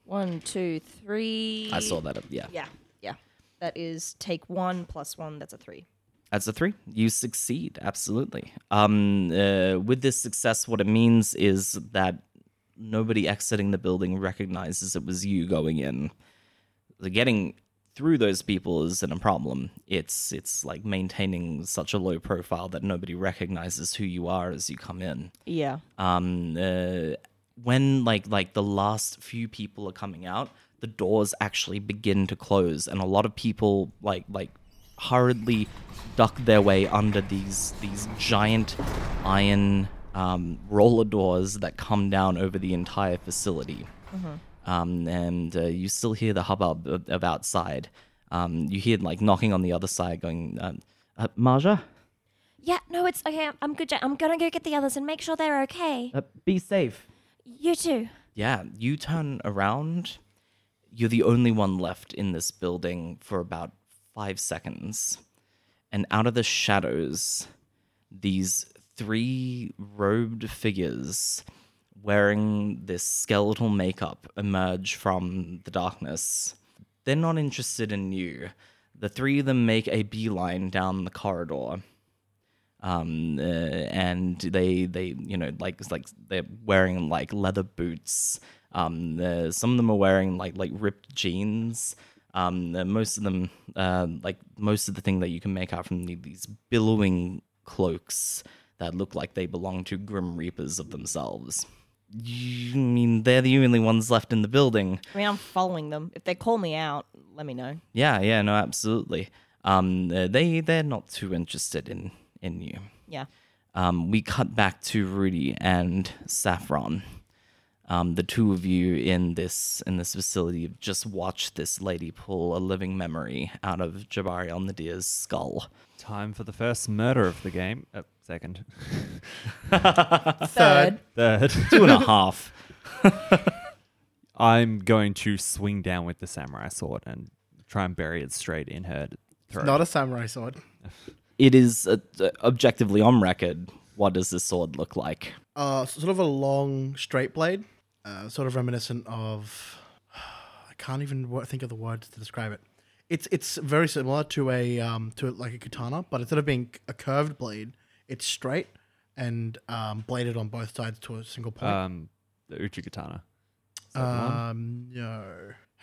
S6: One, two, three.
S1: i saw that uh, yeah
S6: Yeah, yeah. That is take one plus one. That's a three.
S1: That's a three. You succeed, absolutely. Um, uh, with this success, what it means is that nobody exiting the building recognizes it was you going in. The getting through those people isn't a problem. It's it's like maintaining such a low profile that nobody recognizes who you are as you come in
S6: Yeah.
S1: um uh, when like like the last few people are coming out the doors actually begin to close and a lot of people like like hurriedly duck their way under these these giant iron um, roller doors that come down over the entire facility um, and uh, you still hear the hubbub of, of outside um, you hear like knocking on the other side going um, uh, marja
S4: Yeah, no, it's okay. I'm- I'm good. Jack. I'm gonna go get the others and make sure they're okay.
S1: uh, be safe
S4: You too.
S1: Yeah, you turn around. You're the only one left in this building for about five seconds. And out of the shadows, these three robed figures wearing this skeletal makeup emerge from the darkness. They're not interested in you. The three of them make a beeline down the corridor um, uh, and they they you know like it's like they're wearing like leather boots. Um, uh, some of them are wearing like like ripped jeans. Um, uh, most of them, uh, like most of the thing that you can make out from the, these billowing cloaks that look like they belong to grim reapers of themselves. You I mean they're the only ones left in the building?
S6: I mean, I'm following them. If they call me out, let me know.
S1: Yeah, yeah, no, absolutely. Um, uh, they they're not too interested in in you.
S6: Yeah.
S1: Um, we cut back to Rudy and Saffron. Um, the two of you in this in this facility have just watched this lady pull a living memory out of Jabari on the deer's skull.
S2: Time for the first murder of the game. Uh, second.
S6: Third.
S2: Third.
S1: Two and a half.
S2: I'm going to swing down with the samurai sword and try and bury it straight in her throat.
S5: Not a samurai sword.
S1: It is uh, uh, objectively on record. What does this sword look like?
S5: Uh, sort of a long straight blade, uh, sort of reminiscent of. I can't even wo- think of the words to describe it. It's it's very similar to a um, to like a katana, but instead of being a curved blade, it's straight and um, bladed on both sides to a single point.
S2: um, the Uchi Katana. Is that the one?
S5: um, no.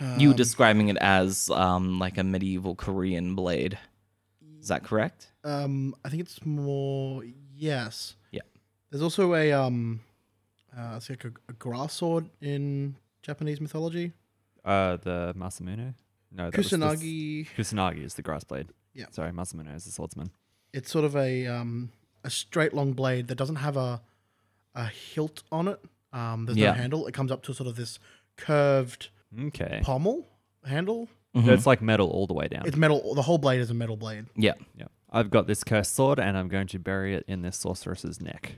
S5: Um,
S1: you were describing it as um, like a medieval Korean blade. Is that correct?
S5: Um, I think it's more yes.
S1: Yeah.
S5: There's also a um, uh, it's like a, a grass sword in Japanese mythology.
S2: Uh, the Masamune? No, that was the s-
S5: Kusanagi.
S2: Kusanagi is the grass blade.
S5: Yeah.
S2: Sorry, Masamune is the swordsman.
S5: It's sort of a um, a straight long blade that doesn't have a a hilt on it. Um, there's
S1: Yeah.
S5: no handle. It comes up to sort of this curved
S2: Okay.
S5: pommel handle.
S2: So it's like metal all the way down.
S5: It's metal. The whole blade is a metal blade.
S1: Yeah.
S2: yeah. I've got this cursed sword and I'm going to bury it in this sorceress's neck.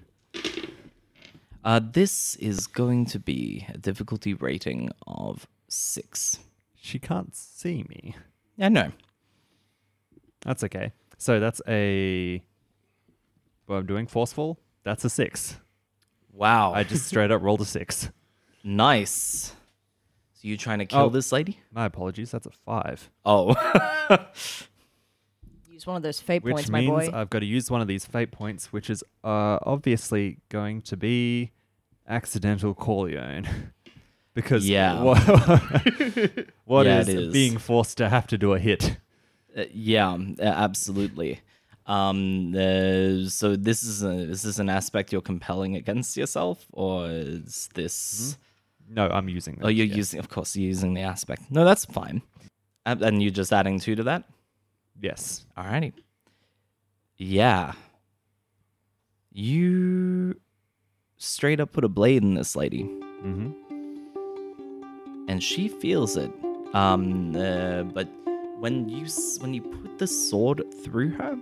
S1: Uh, this is going to be a difficulty rating of six.
S2: She can't see me.
S1: I know.
S2: That's okay. So that's a. Well, I'm doing forceful. That's a six.
S1: Wow.
S2: I just straight up rolled a six.
S1: Nice. So you trying to kill
S2: Oh.
S1: this lady?
S2: My apologies. That's a five.
S1: Oh.
S6: Use one of those fate
S2: Which
S6: points, my
S2: means
S6: boy.
S2: I've got to use one of these fate points, which is uh, obviously going to be accidental Corleone. because
S1: Yeah.
S2: what- what
S1: Yeah,
S2: is
S1: it is.
S2: being forced to have to do a hit?
S1: Uh, yeah, um, uh, absolutely. Um, uh, so this is a, is this an aspect you're compelling against yourself, or is this?
S2: No, I'm using that.
S1: Oh, you're using, of course, you're using the aspect. No, that's fine. And and you're just adding two to that.
S2: Yes.
S1: Alrighty. Yeah. You straight up put a blade in this lady.
S2: Mm-hmm.
S1: and she feels it. Um, uh, but when you s- when you put the sword through her,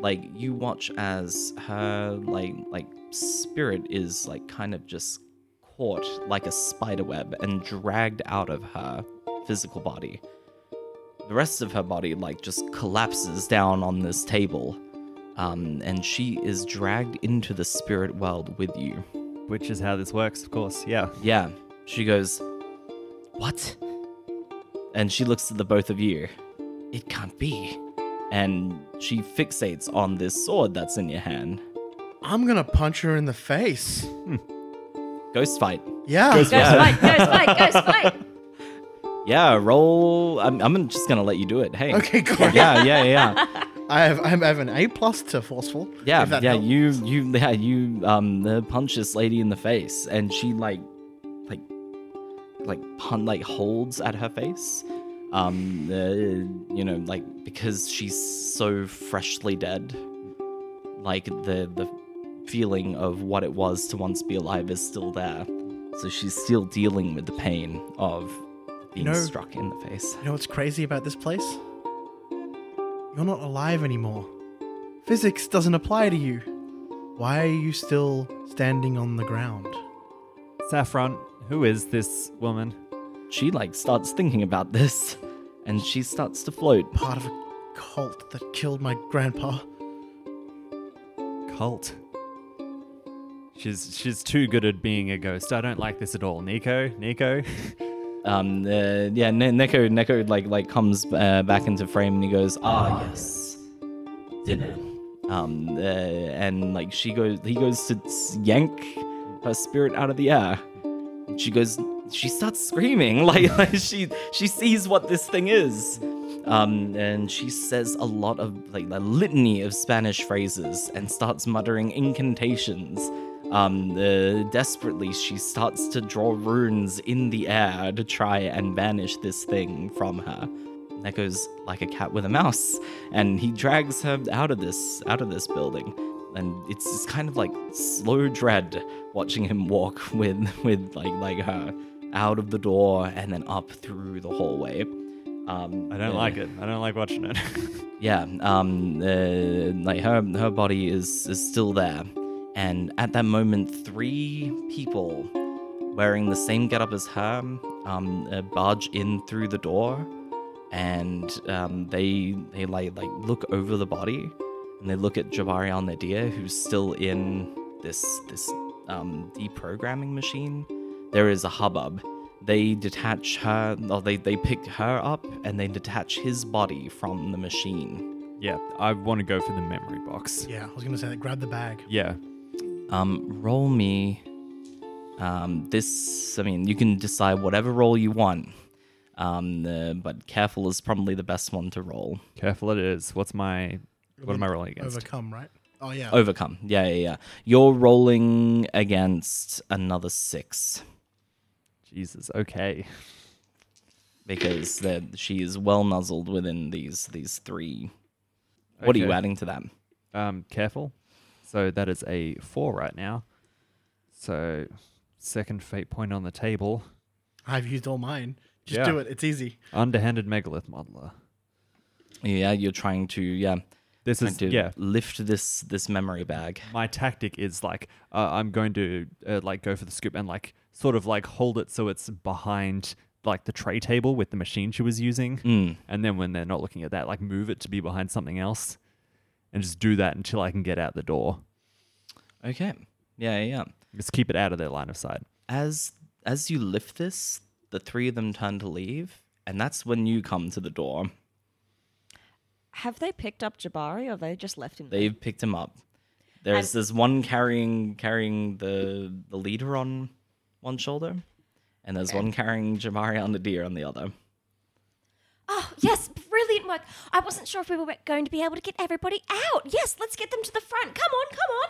S1: like you watch as her like like spirit is like kind of just caught like a spider web and dragged out of her physical body. The rest of her body like just collapses down on this table. Um, and she is dragged into the spirit world with you.
S2: Which is how this works, of course. Yeah.
S1: Yeah. She goes, What? And she looks at the both of you. It can't be. And she fixates on this sword that's in your hand.
S5: I'm gonna punch her in the face.
S1: Ghost fight.
S5: Yeah.
S6: Ghost fight, ghost fight, ghost fight.
S1: Yeah, roll. I'm, I'm just going to let you do it. Hey.
S5: Okay, cool.
S1: Yeah, yeah, yeah,
S5: I have I have an A plus to forceful. if
S1: yeah,
S5: that
S1: yeah.
S5: helps.
S1: You, you, yeah, you, um, uh, punch this lady in the face, and she like, like, like pun, like holds at her face, um, uh, you know, like because she's so freshly dead, like the the feeling of what it was to once be alive is still there, so she's still dealing with the pain of being
S5: know-
S1: struck in the face.
S5: You know what's crazy about this place? You're not alive anymore. Physics doesn't apply to you. Why are you still standing on the ground?
S2: Saffron, who is this woman?
S1: She like starts thinking about this, and she starts to float.
S5: Part of a cult that killed my grandpa.
S2: Cult. She's she's too good at being a ghost. I don't like this at all. Nico, Nico.
S1: um uh, yeah ne- neko neko like like comes uh, back into frame and he goes ah yes dinner um uh, and like she goes he goes to s- yank her spirit out of the air and she goes she starts screaming like, like she she sees what this thing is um, and she says a lot of like a litany of spanish phrases and starts muttering incantations um, uh, desperately she starts to draw runes in the air to try and banish this thing from her that goes like a cat with a mouse and he drags her out of this out of this building and it's just kind of like slow dread watching him walk with with like like her out of the door and then up through the hallway um
S2: I don't
S1: uh,
S2: like it. I don't like watching it.
S1: yeah um uh, like her her body is is still there and at that moment three people wearing the same getup as her um uh, barge in through the door and um they they like like look over the body and they look at Jabari al Nadir who's still in this this um deprogramming machine there is a hubbub they detach her or they they pick her up and they detach his body from the machine
S2: yeah, I want to go for the memory box.
S5: Yeah, I was gonna say that. Grab the bag.
S2: Yeah.
S1: Um, roll me. Um, this, I mean, you can decide whatever roll you want. Um, uh, but careful is probably the best one to roll.
S2: Careful it is. What's my what am I rolling against?
S5: Overcome, right? Oh yeah.
S1: Overcome. Yeah, yeah, yeah. You're rolling against another six
S2: Jesus, okay.
S1: because they're- she is well nuzzled within these these three. What are you
S2: Okay.
S1: adding to that?
S2: Um, careful. So that is a four right now. So second fate point on the table.
S5: I've used all mine. Just
S2: Yeah.
S5: do it. It's easy.
S2: Underhanded megalith modeler.
S1: Yeah, you're trying to yeah,
S2: This
S1: trying
S2: is
S1: to
S2: yeah.
S1: lift this this memory bag.
S2: My tactic is like uh, I'm going to uh, like go for the scoop and like sort of like hold it so it's behind like the tray table with the machine she was using,
S1: Mm.
S2: and then when they're not looking at that, like move it to be behind something else, and just do that until I can get out the door.
S1: Okay. Yeah, yeah, yeah.
S2: Just keep it out of their line of sight.
S1: as as you lift this, the three of them turn to leave, and that's when you come to the door.
S6: Have they picked up Jabari or have they just left him? there?
S1: They've picked him up. There's there's one carrying carrying the the leader on one shoulder, and there's one carrying Jamari on the deer on the other.
S4: Oh, yes, brilliant work. I wasn't sure if we were going to be able to get everybody out. Yes, let's get them to the front. Come on, come on.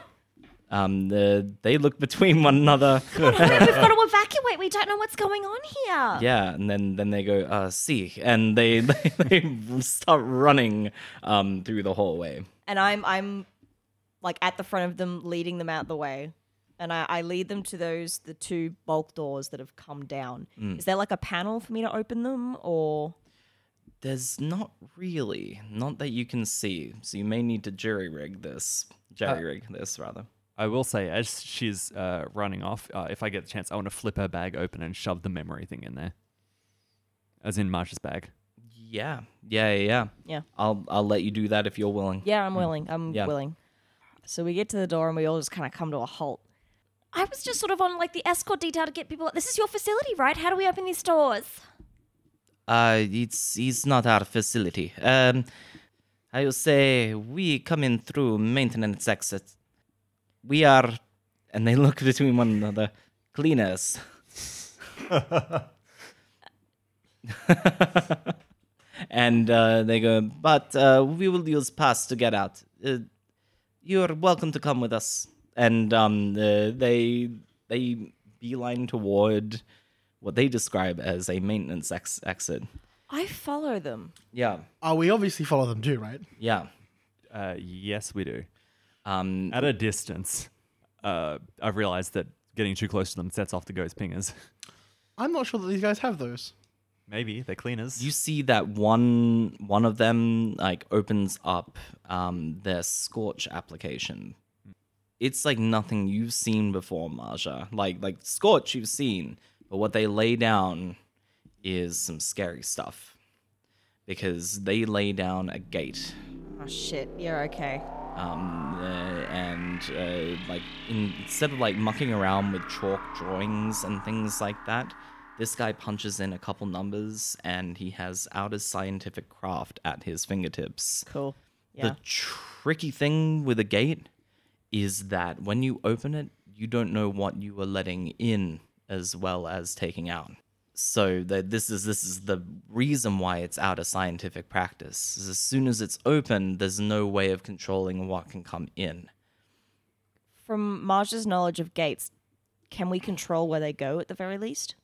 S1: Um, the, they look between one another.
S4: We've got to evacuate. We don't know what's going on here.
S1: yeah, and then then they go uh see, and they they, they start running um through the hallway.
S6: and I'm I'm like at the front of them, leading them out the way, and I, I lead them to those the two bulk doors that have come down.
S1: Mm.
S6: Is there like a panel for me to open them, or
S1: There's not really, not that you can see. So you may need to jury rig this, jerry rig this rather.
S2: I will say, as she's uh, running off, uh, if I get the chance, I want to flip her bag open and shove the memory thing in there, as in Marsha's bag.
S1: Yeah, yeah, yeah, yeah.
S6: Yeah.
S1: I'll I'll let you do that if you're willing.
S6: yeah, I'm willing, I'm
S1: Mm. Yeah.
S6: willing. So we get to the door and we all just kind of come to a halt.
S4: I was just sort of on like the escort detail to get people. This is your facility, right? How do we open these doors?
S1: Uh, it's it's not our facility. Um, I will say we come in through maintenance exit. We are, and they look between one another, cleaners. and uh, they go, but uh, we will use pass to get out. Uh, you're welcome to come with us. And um, uh, they they beeline toward what they describe as a maintenance ex- exit.
S6: I follow them.
S1: Yeah,
S5: Oh, we obviously follow them too, right?
S1: yeah.
S2: Uh, yes, we do.
S1: Um,
S2: At a distance, uh, I've realized that getting too close to them sets off the ghost pingers.
S5: I'm not sure that these guys have those.
S2: Maybe they're cleaners.
S1: you see that one one of them like opens up um, their Scorch application. It's like nothing you've seen before, Marja. Like like Scorch you've seen, but what they lay down is some scary stuff because they lay down a gate
S6: Oh shit, yeah, okay.
S1: um, uh, and uh, like in, instead of like mucking around with chalk drawings and things like that this guy punches in a couple numbers and he has outer scientific craft at his fingertips
S6: Cool. Yeah.
S1: the tricky thing with a gate is that when you open it you don't know what you are letting in as well as taking out. So that this is this is the reason why it's out of scientific practice. is As soon as it's open, there's no way of controlling what can come in.
S6: From Marge's knowledge of gates, can we control where they go at the very least?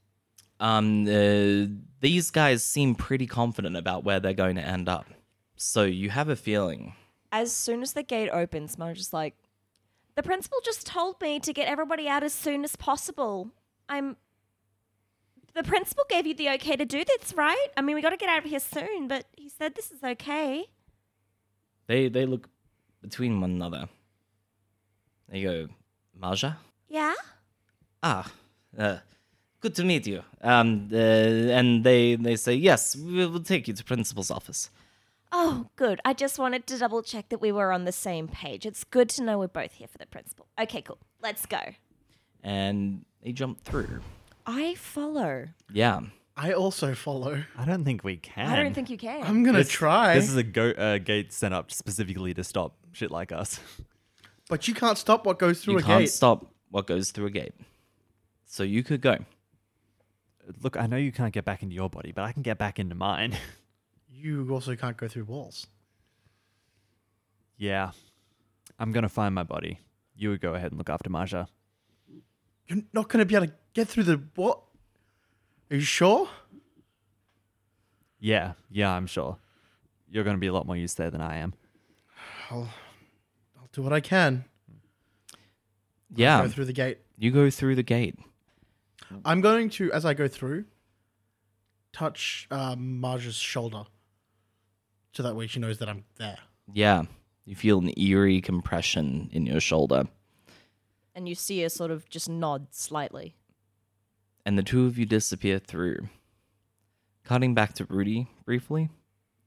S1: Um, uh, these guys seem pretty confident about where they're going to end up. So you have a feeling.
S6: As soon as the gate opens, Marge's like,
S4: The principal just told me to get everybody out as soon as possible. I'm. The principal gave you the okay to do this, right? I mean, we got to get out of here soon, but he said this is okay.
S1: They they look between one another. There you go, Marja.
S4: Yeah?
S1: Ah, uh, good to meet you. Um, uh, and they they say yes, we will take you to principal's office.
S4: Oh, good. I just wanted to double check that we were on the same page. It's good to know we're both here for the principal. Okay, cool. Let's go.
S1: And they jump through.
S6: I follow.
S1: Yeah,
S5: I also follow.
S2: I don't think we can.
S6: I don't think you can.
S5: I'm gonna try,
S2: This is a go- uh, gate set up specifically to stop shit like us.
S5: but you can't stop what goes through
S1: you
S5: a
S1: can't
S5: gate.
S1: stop what goes through a gate. So you could go.
S2: Look, I know you can't get back into your body, but I can get back into mine.
S5: You also can't go through walls.
S2: yeah. I'm going to find my body. You would go ahead and look after Maja.
S5: You're not gonna be able to get through the what? Are you sure?
S2: Yeah, yeah, I'm sure. You're going to be a lot more used there than I am.
S5: I'll do what I can.
S1: Yeah,
S5: Go through the gate.
S1: you go through the gate.
S5: I'm going to, as I go through, touch um, Marge's shoulder, so that way she knows that I'm there.
S1: Yeah, you feel an eerie compression in your shoulder,
S6: And you see her sort of just nod slightly.
S1: and the two of you disappear through. Cutting back to Rudy briefly.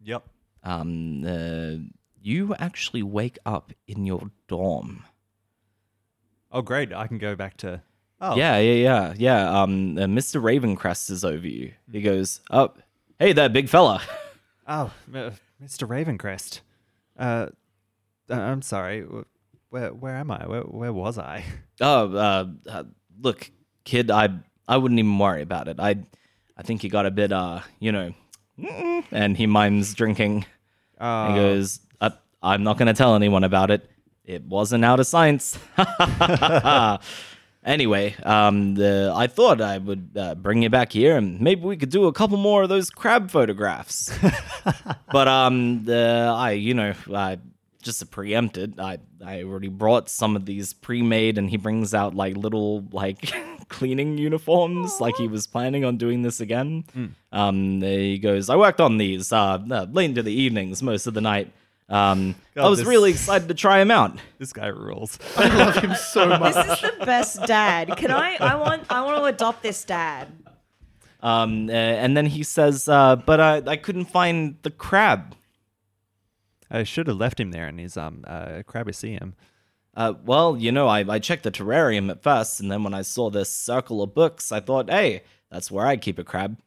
S2: Yep.
S1: um, uh, you actually wake up in your dorm.
S2: Oh, great. I can go back to. Oh,
S1: Yeah, yeah, yeah, yeah. Um, uh, Mr. Ravencrest is over you. He goes, "Up, hey there, big fella."
S2: Oh, uh, Mr. Ravencrest. Uh, uh, I'm sorry. Wh- Where where am I? Where where was I?
S1: Oh, uh, uh, look, kid, I I wouldn't even worry about it. I I think he got a bit, uh, you know, "Mm-mm," and he mimes drinking.
S2: Uh,
S1: He goes, uh, "I'm not going to tell anyone about it. It wasn't out of science." anyway, um, the, I thought I would uh, bring you back here, and maybe we could do a couple more of those crab photographs. but um, the, I, you know, I just preempted. I I already brought some of these pre-made, and he brings out like little like. cleaning uniforms like he was planning on doing this again
S2: Mm.
S1: um he goes i worked on these uh, uh late into the evenings most of the night um i
S2: God,
S1: was
S2: this-
S1: really excited to try him out
S2: this guy rules.
S5: I love him so much.
S6: This is the best dad. Can I? I want. I want to adopt this dad.
S1: Um, uh, and then he says, uh, "But I, I couldn't find the crab."
S2: I should have left him there in his um uh, crabicium.
S1: Uh, well, you know, I, I checked the terrarium at first, and then when I saw this circle of books, I thought, "Hey, that's where I keep a crab."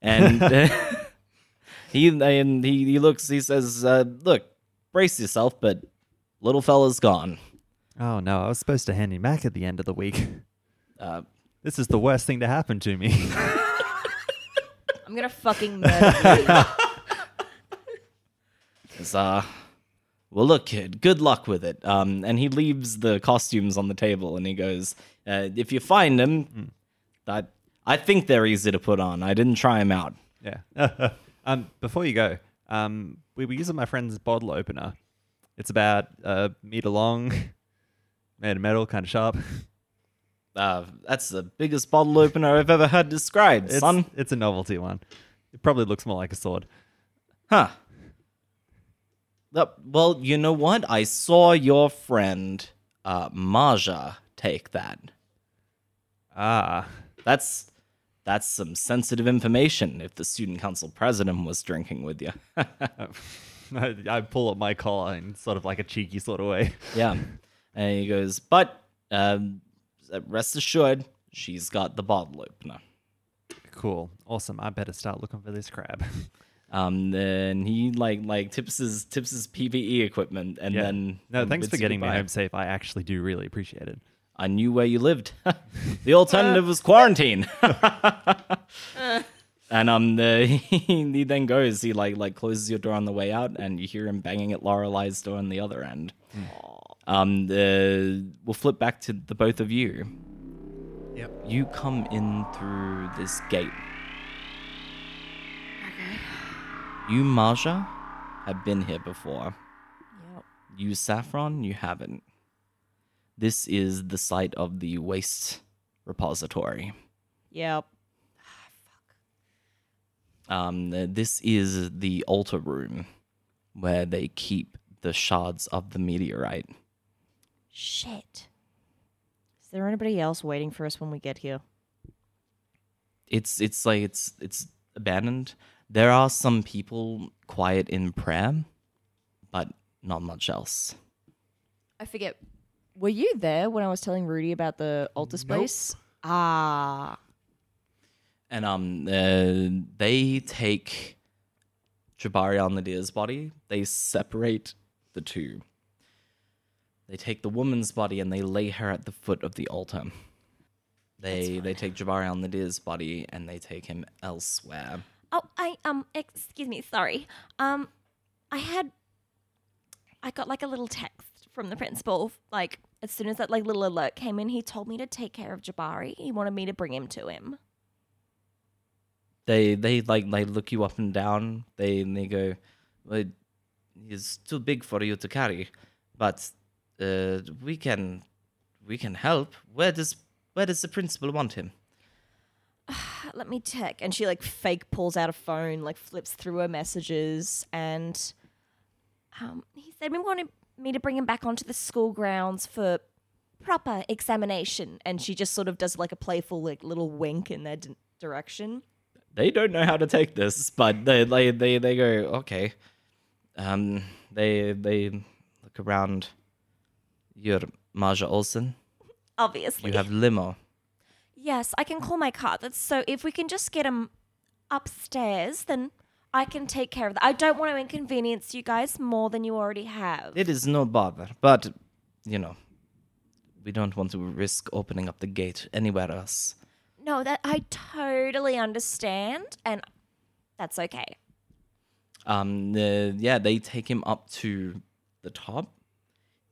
S1: And uh, he and he, he looks. He says, uh, "Look, brace yourself, but little fella's gone."
S2: Oh no, I was supposed to hand him back at the end of the week.
S1: Uh,
S2: This is the worst thing to happen to me.
S6: I'm gonna fucking murder you.
S1: Says, uh, well, look, kid, good luck with it. Um, and he leaves the costumes on the table and he goes, uh, if you find them, I, I think they're easy to put on. I didn't try them out.
S2: yeah. um, before you go, um, we were using my friend's bottle opener. It's about a meter long, made of metal, kind of sharp.
S1: Uh, that's the biggest bottle opener I've ever heard described,
S2: It's,
S1: son.
S2: it's a novelty one. It probably looks more like a sword.
S1: Huh. Uh, well, you know what? I saw your friend, uh, Maja, take that.
S2: Ah,
S1: That's that's some sensitive information if the student council president was drinking with you.
S2: I, I pull up my collar in sort of like a cheeky sort of way.
S1: Yeah. And he goes, but um, rest assured, she's got the bottle opener.
S2: Cool, awesome. I better start looking for this crab.
S1: Um, then he like like tips his tips his PPE equipment, and then
S2: no, thanks
S1: bids
S2: for
S1: you
S2: getting me
S1: goodbye.
S2: home safe. I actually do really appreciate it.
S1: I knew where you lived. the alternative was quarantine. and um, the, he then goes. He like like closes your door on the way out, and you hear him banging at Lorelei's door on the other end. Um, the we'll flip back to the both of you.
S5: Yep.
S1: You come in through this gate. Okay. You, Maja, have been here before.
S6: Yep.
S1: You, Saffron, you haven't. This is the site of the waste repository.
S6: Yep.
S1: Um, th- this is the altar room where they keep the shards of the meteorite.
S6: Shit. Is there anybody else waiting for us when we get here?
S1: It's it's like it's it's abandoned. There are some people quiet in prayer, but not much else.
S6: I forget. Were you there when I was telling Rudy about the altar space? Ah.
S1: And um, uh, they take Jabari al Nadir's body. They separate the two. They take the woman's body and they lay her at the foot of the altar. They they take Jabari al Nadir's body and they take him elsewhere.
S4: Oh, I um, excuse me, sorry. Um, I had, I got like a little text from the principal. Like as soon as that like little alert came in, he told me to take care of Jabari. He wanted me to bring him to him.
S1: They they like they look you up and down. They and they go, well, "He's too big for you to carry, but uh, we can we can help." Where does where does the principal want him?
S6: let me check. And she like fake pulls out a phone, like flips through her messages, and
S4: Um, he said he wanted me to bring him back onto the school grounds for proper examination.
S6: and she just sort of does like a playful like little wink in their d- direction.
S1: they don't know how to take this, but they they they, they go okay. Um, they they look around. You're Maja Olsen.
S4: Obviously,
S1: You have limo.
S4: yes, I can call my car. That's so. If we can just get him upstairs, then I can take care of that. I don't want to inconvenience you guys more than you already have.
S1: It is no bother, but you know, we don't want to risk opening up the gate anywhere else.
S4: No, that I totally understand, and that's okay.
S1: Um, the, yeah, they take him up to the top,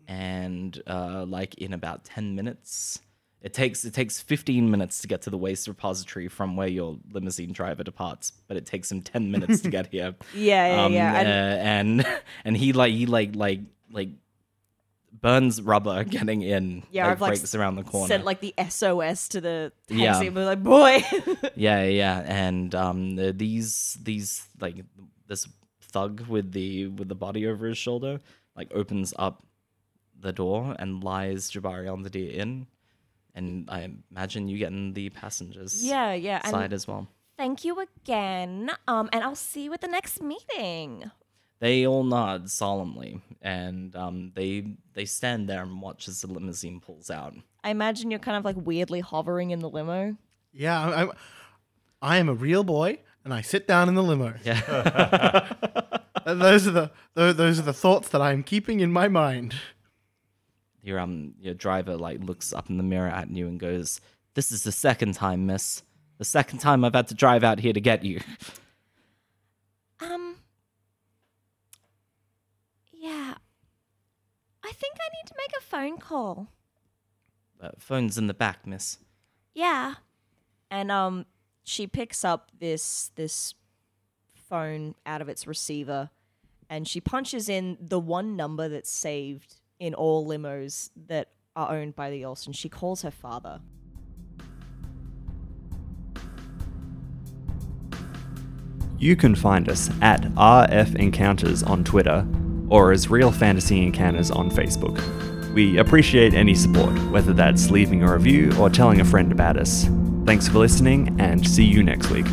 S1: and uh, like in about ten minutes, it takes it takes fifteen minutes to get to the waste repository from where your limousine driver departs, but it takes him ten minutes to get here.
S6: Yeah, yeah,
S1: um,
S6: yeah.
S1: uh, and and he like he like like like burns rubber getting in.
S6: Yeah,
S1: like,
S6: I've, like,
S1: breaks around the corner.
S6: Sent like the SOS to the taxi
S1: Yeah.
S6: and was like, boy.
S1: Yeah, yeah, and um, the, these these like this thug with the with the body over his shoulder like opens up the door and lies Jabari on the deer in, and I imagine you getting the passengers
S6: yeah, yeah. And
S1: side as well.
S4: Thank you again, um, and I'll see you at the next meeting.
S1: They all nod solemnly, and um, they they stand there and watch as the limousine pulls out.
S6: I imagine you're kind of like weirdly hovering in the limo.
S5: Yeah, I, I'm. I am a real boy, and I sit down in the limo.
S1: Yeah,
S5: And those are the tho- those are the thoughts that I am keeping in my mind.
S1: your um your driver like looks up in the mirror at you and goes, "This is the second time, miss." The second time I've had to drive out here to get you.
S4: Um, yeah, I think I need to make a phone call.
S1: Uh, phone's in the back, miss.
S4: Yeah,
S6: And um she picks up this this phone out of its receiver and she punches in the one number that's saved in all limos that are owned by the Olsen. She calls her father.
S2: You can find us at RF Encounters on Twitter or as Real Fantasy Encounters on Facebook. We appreciate any support, whether that's leaving a review or telling a friend about us. Thanks for listening and see you next week.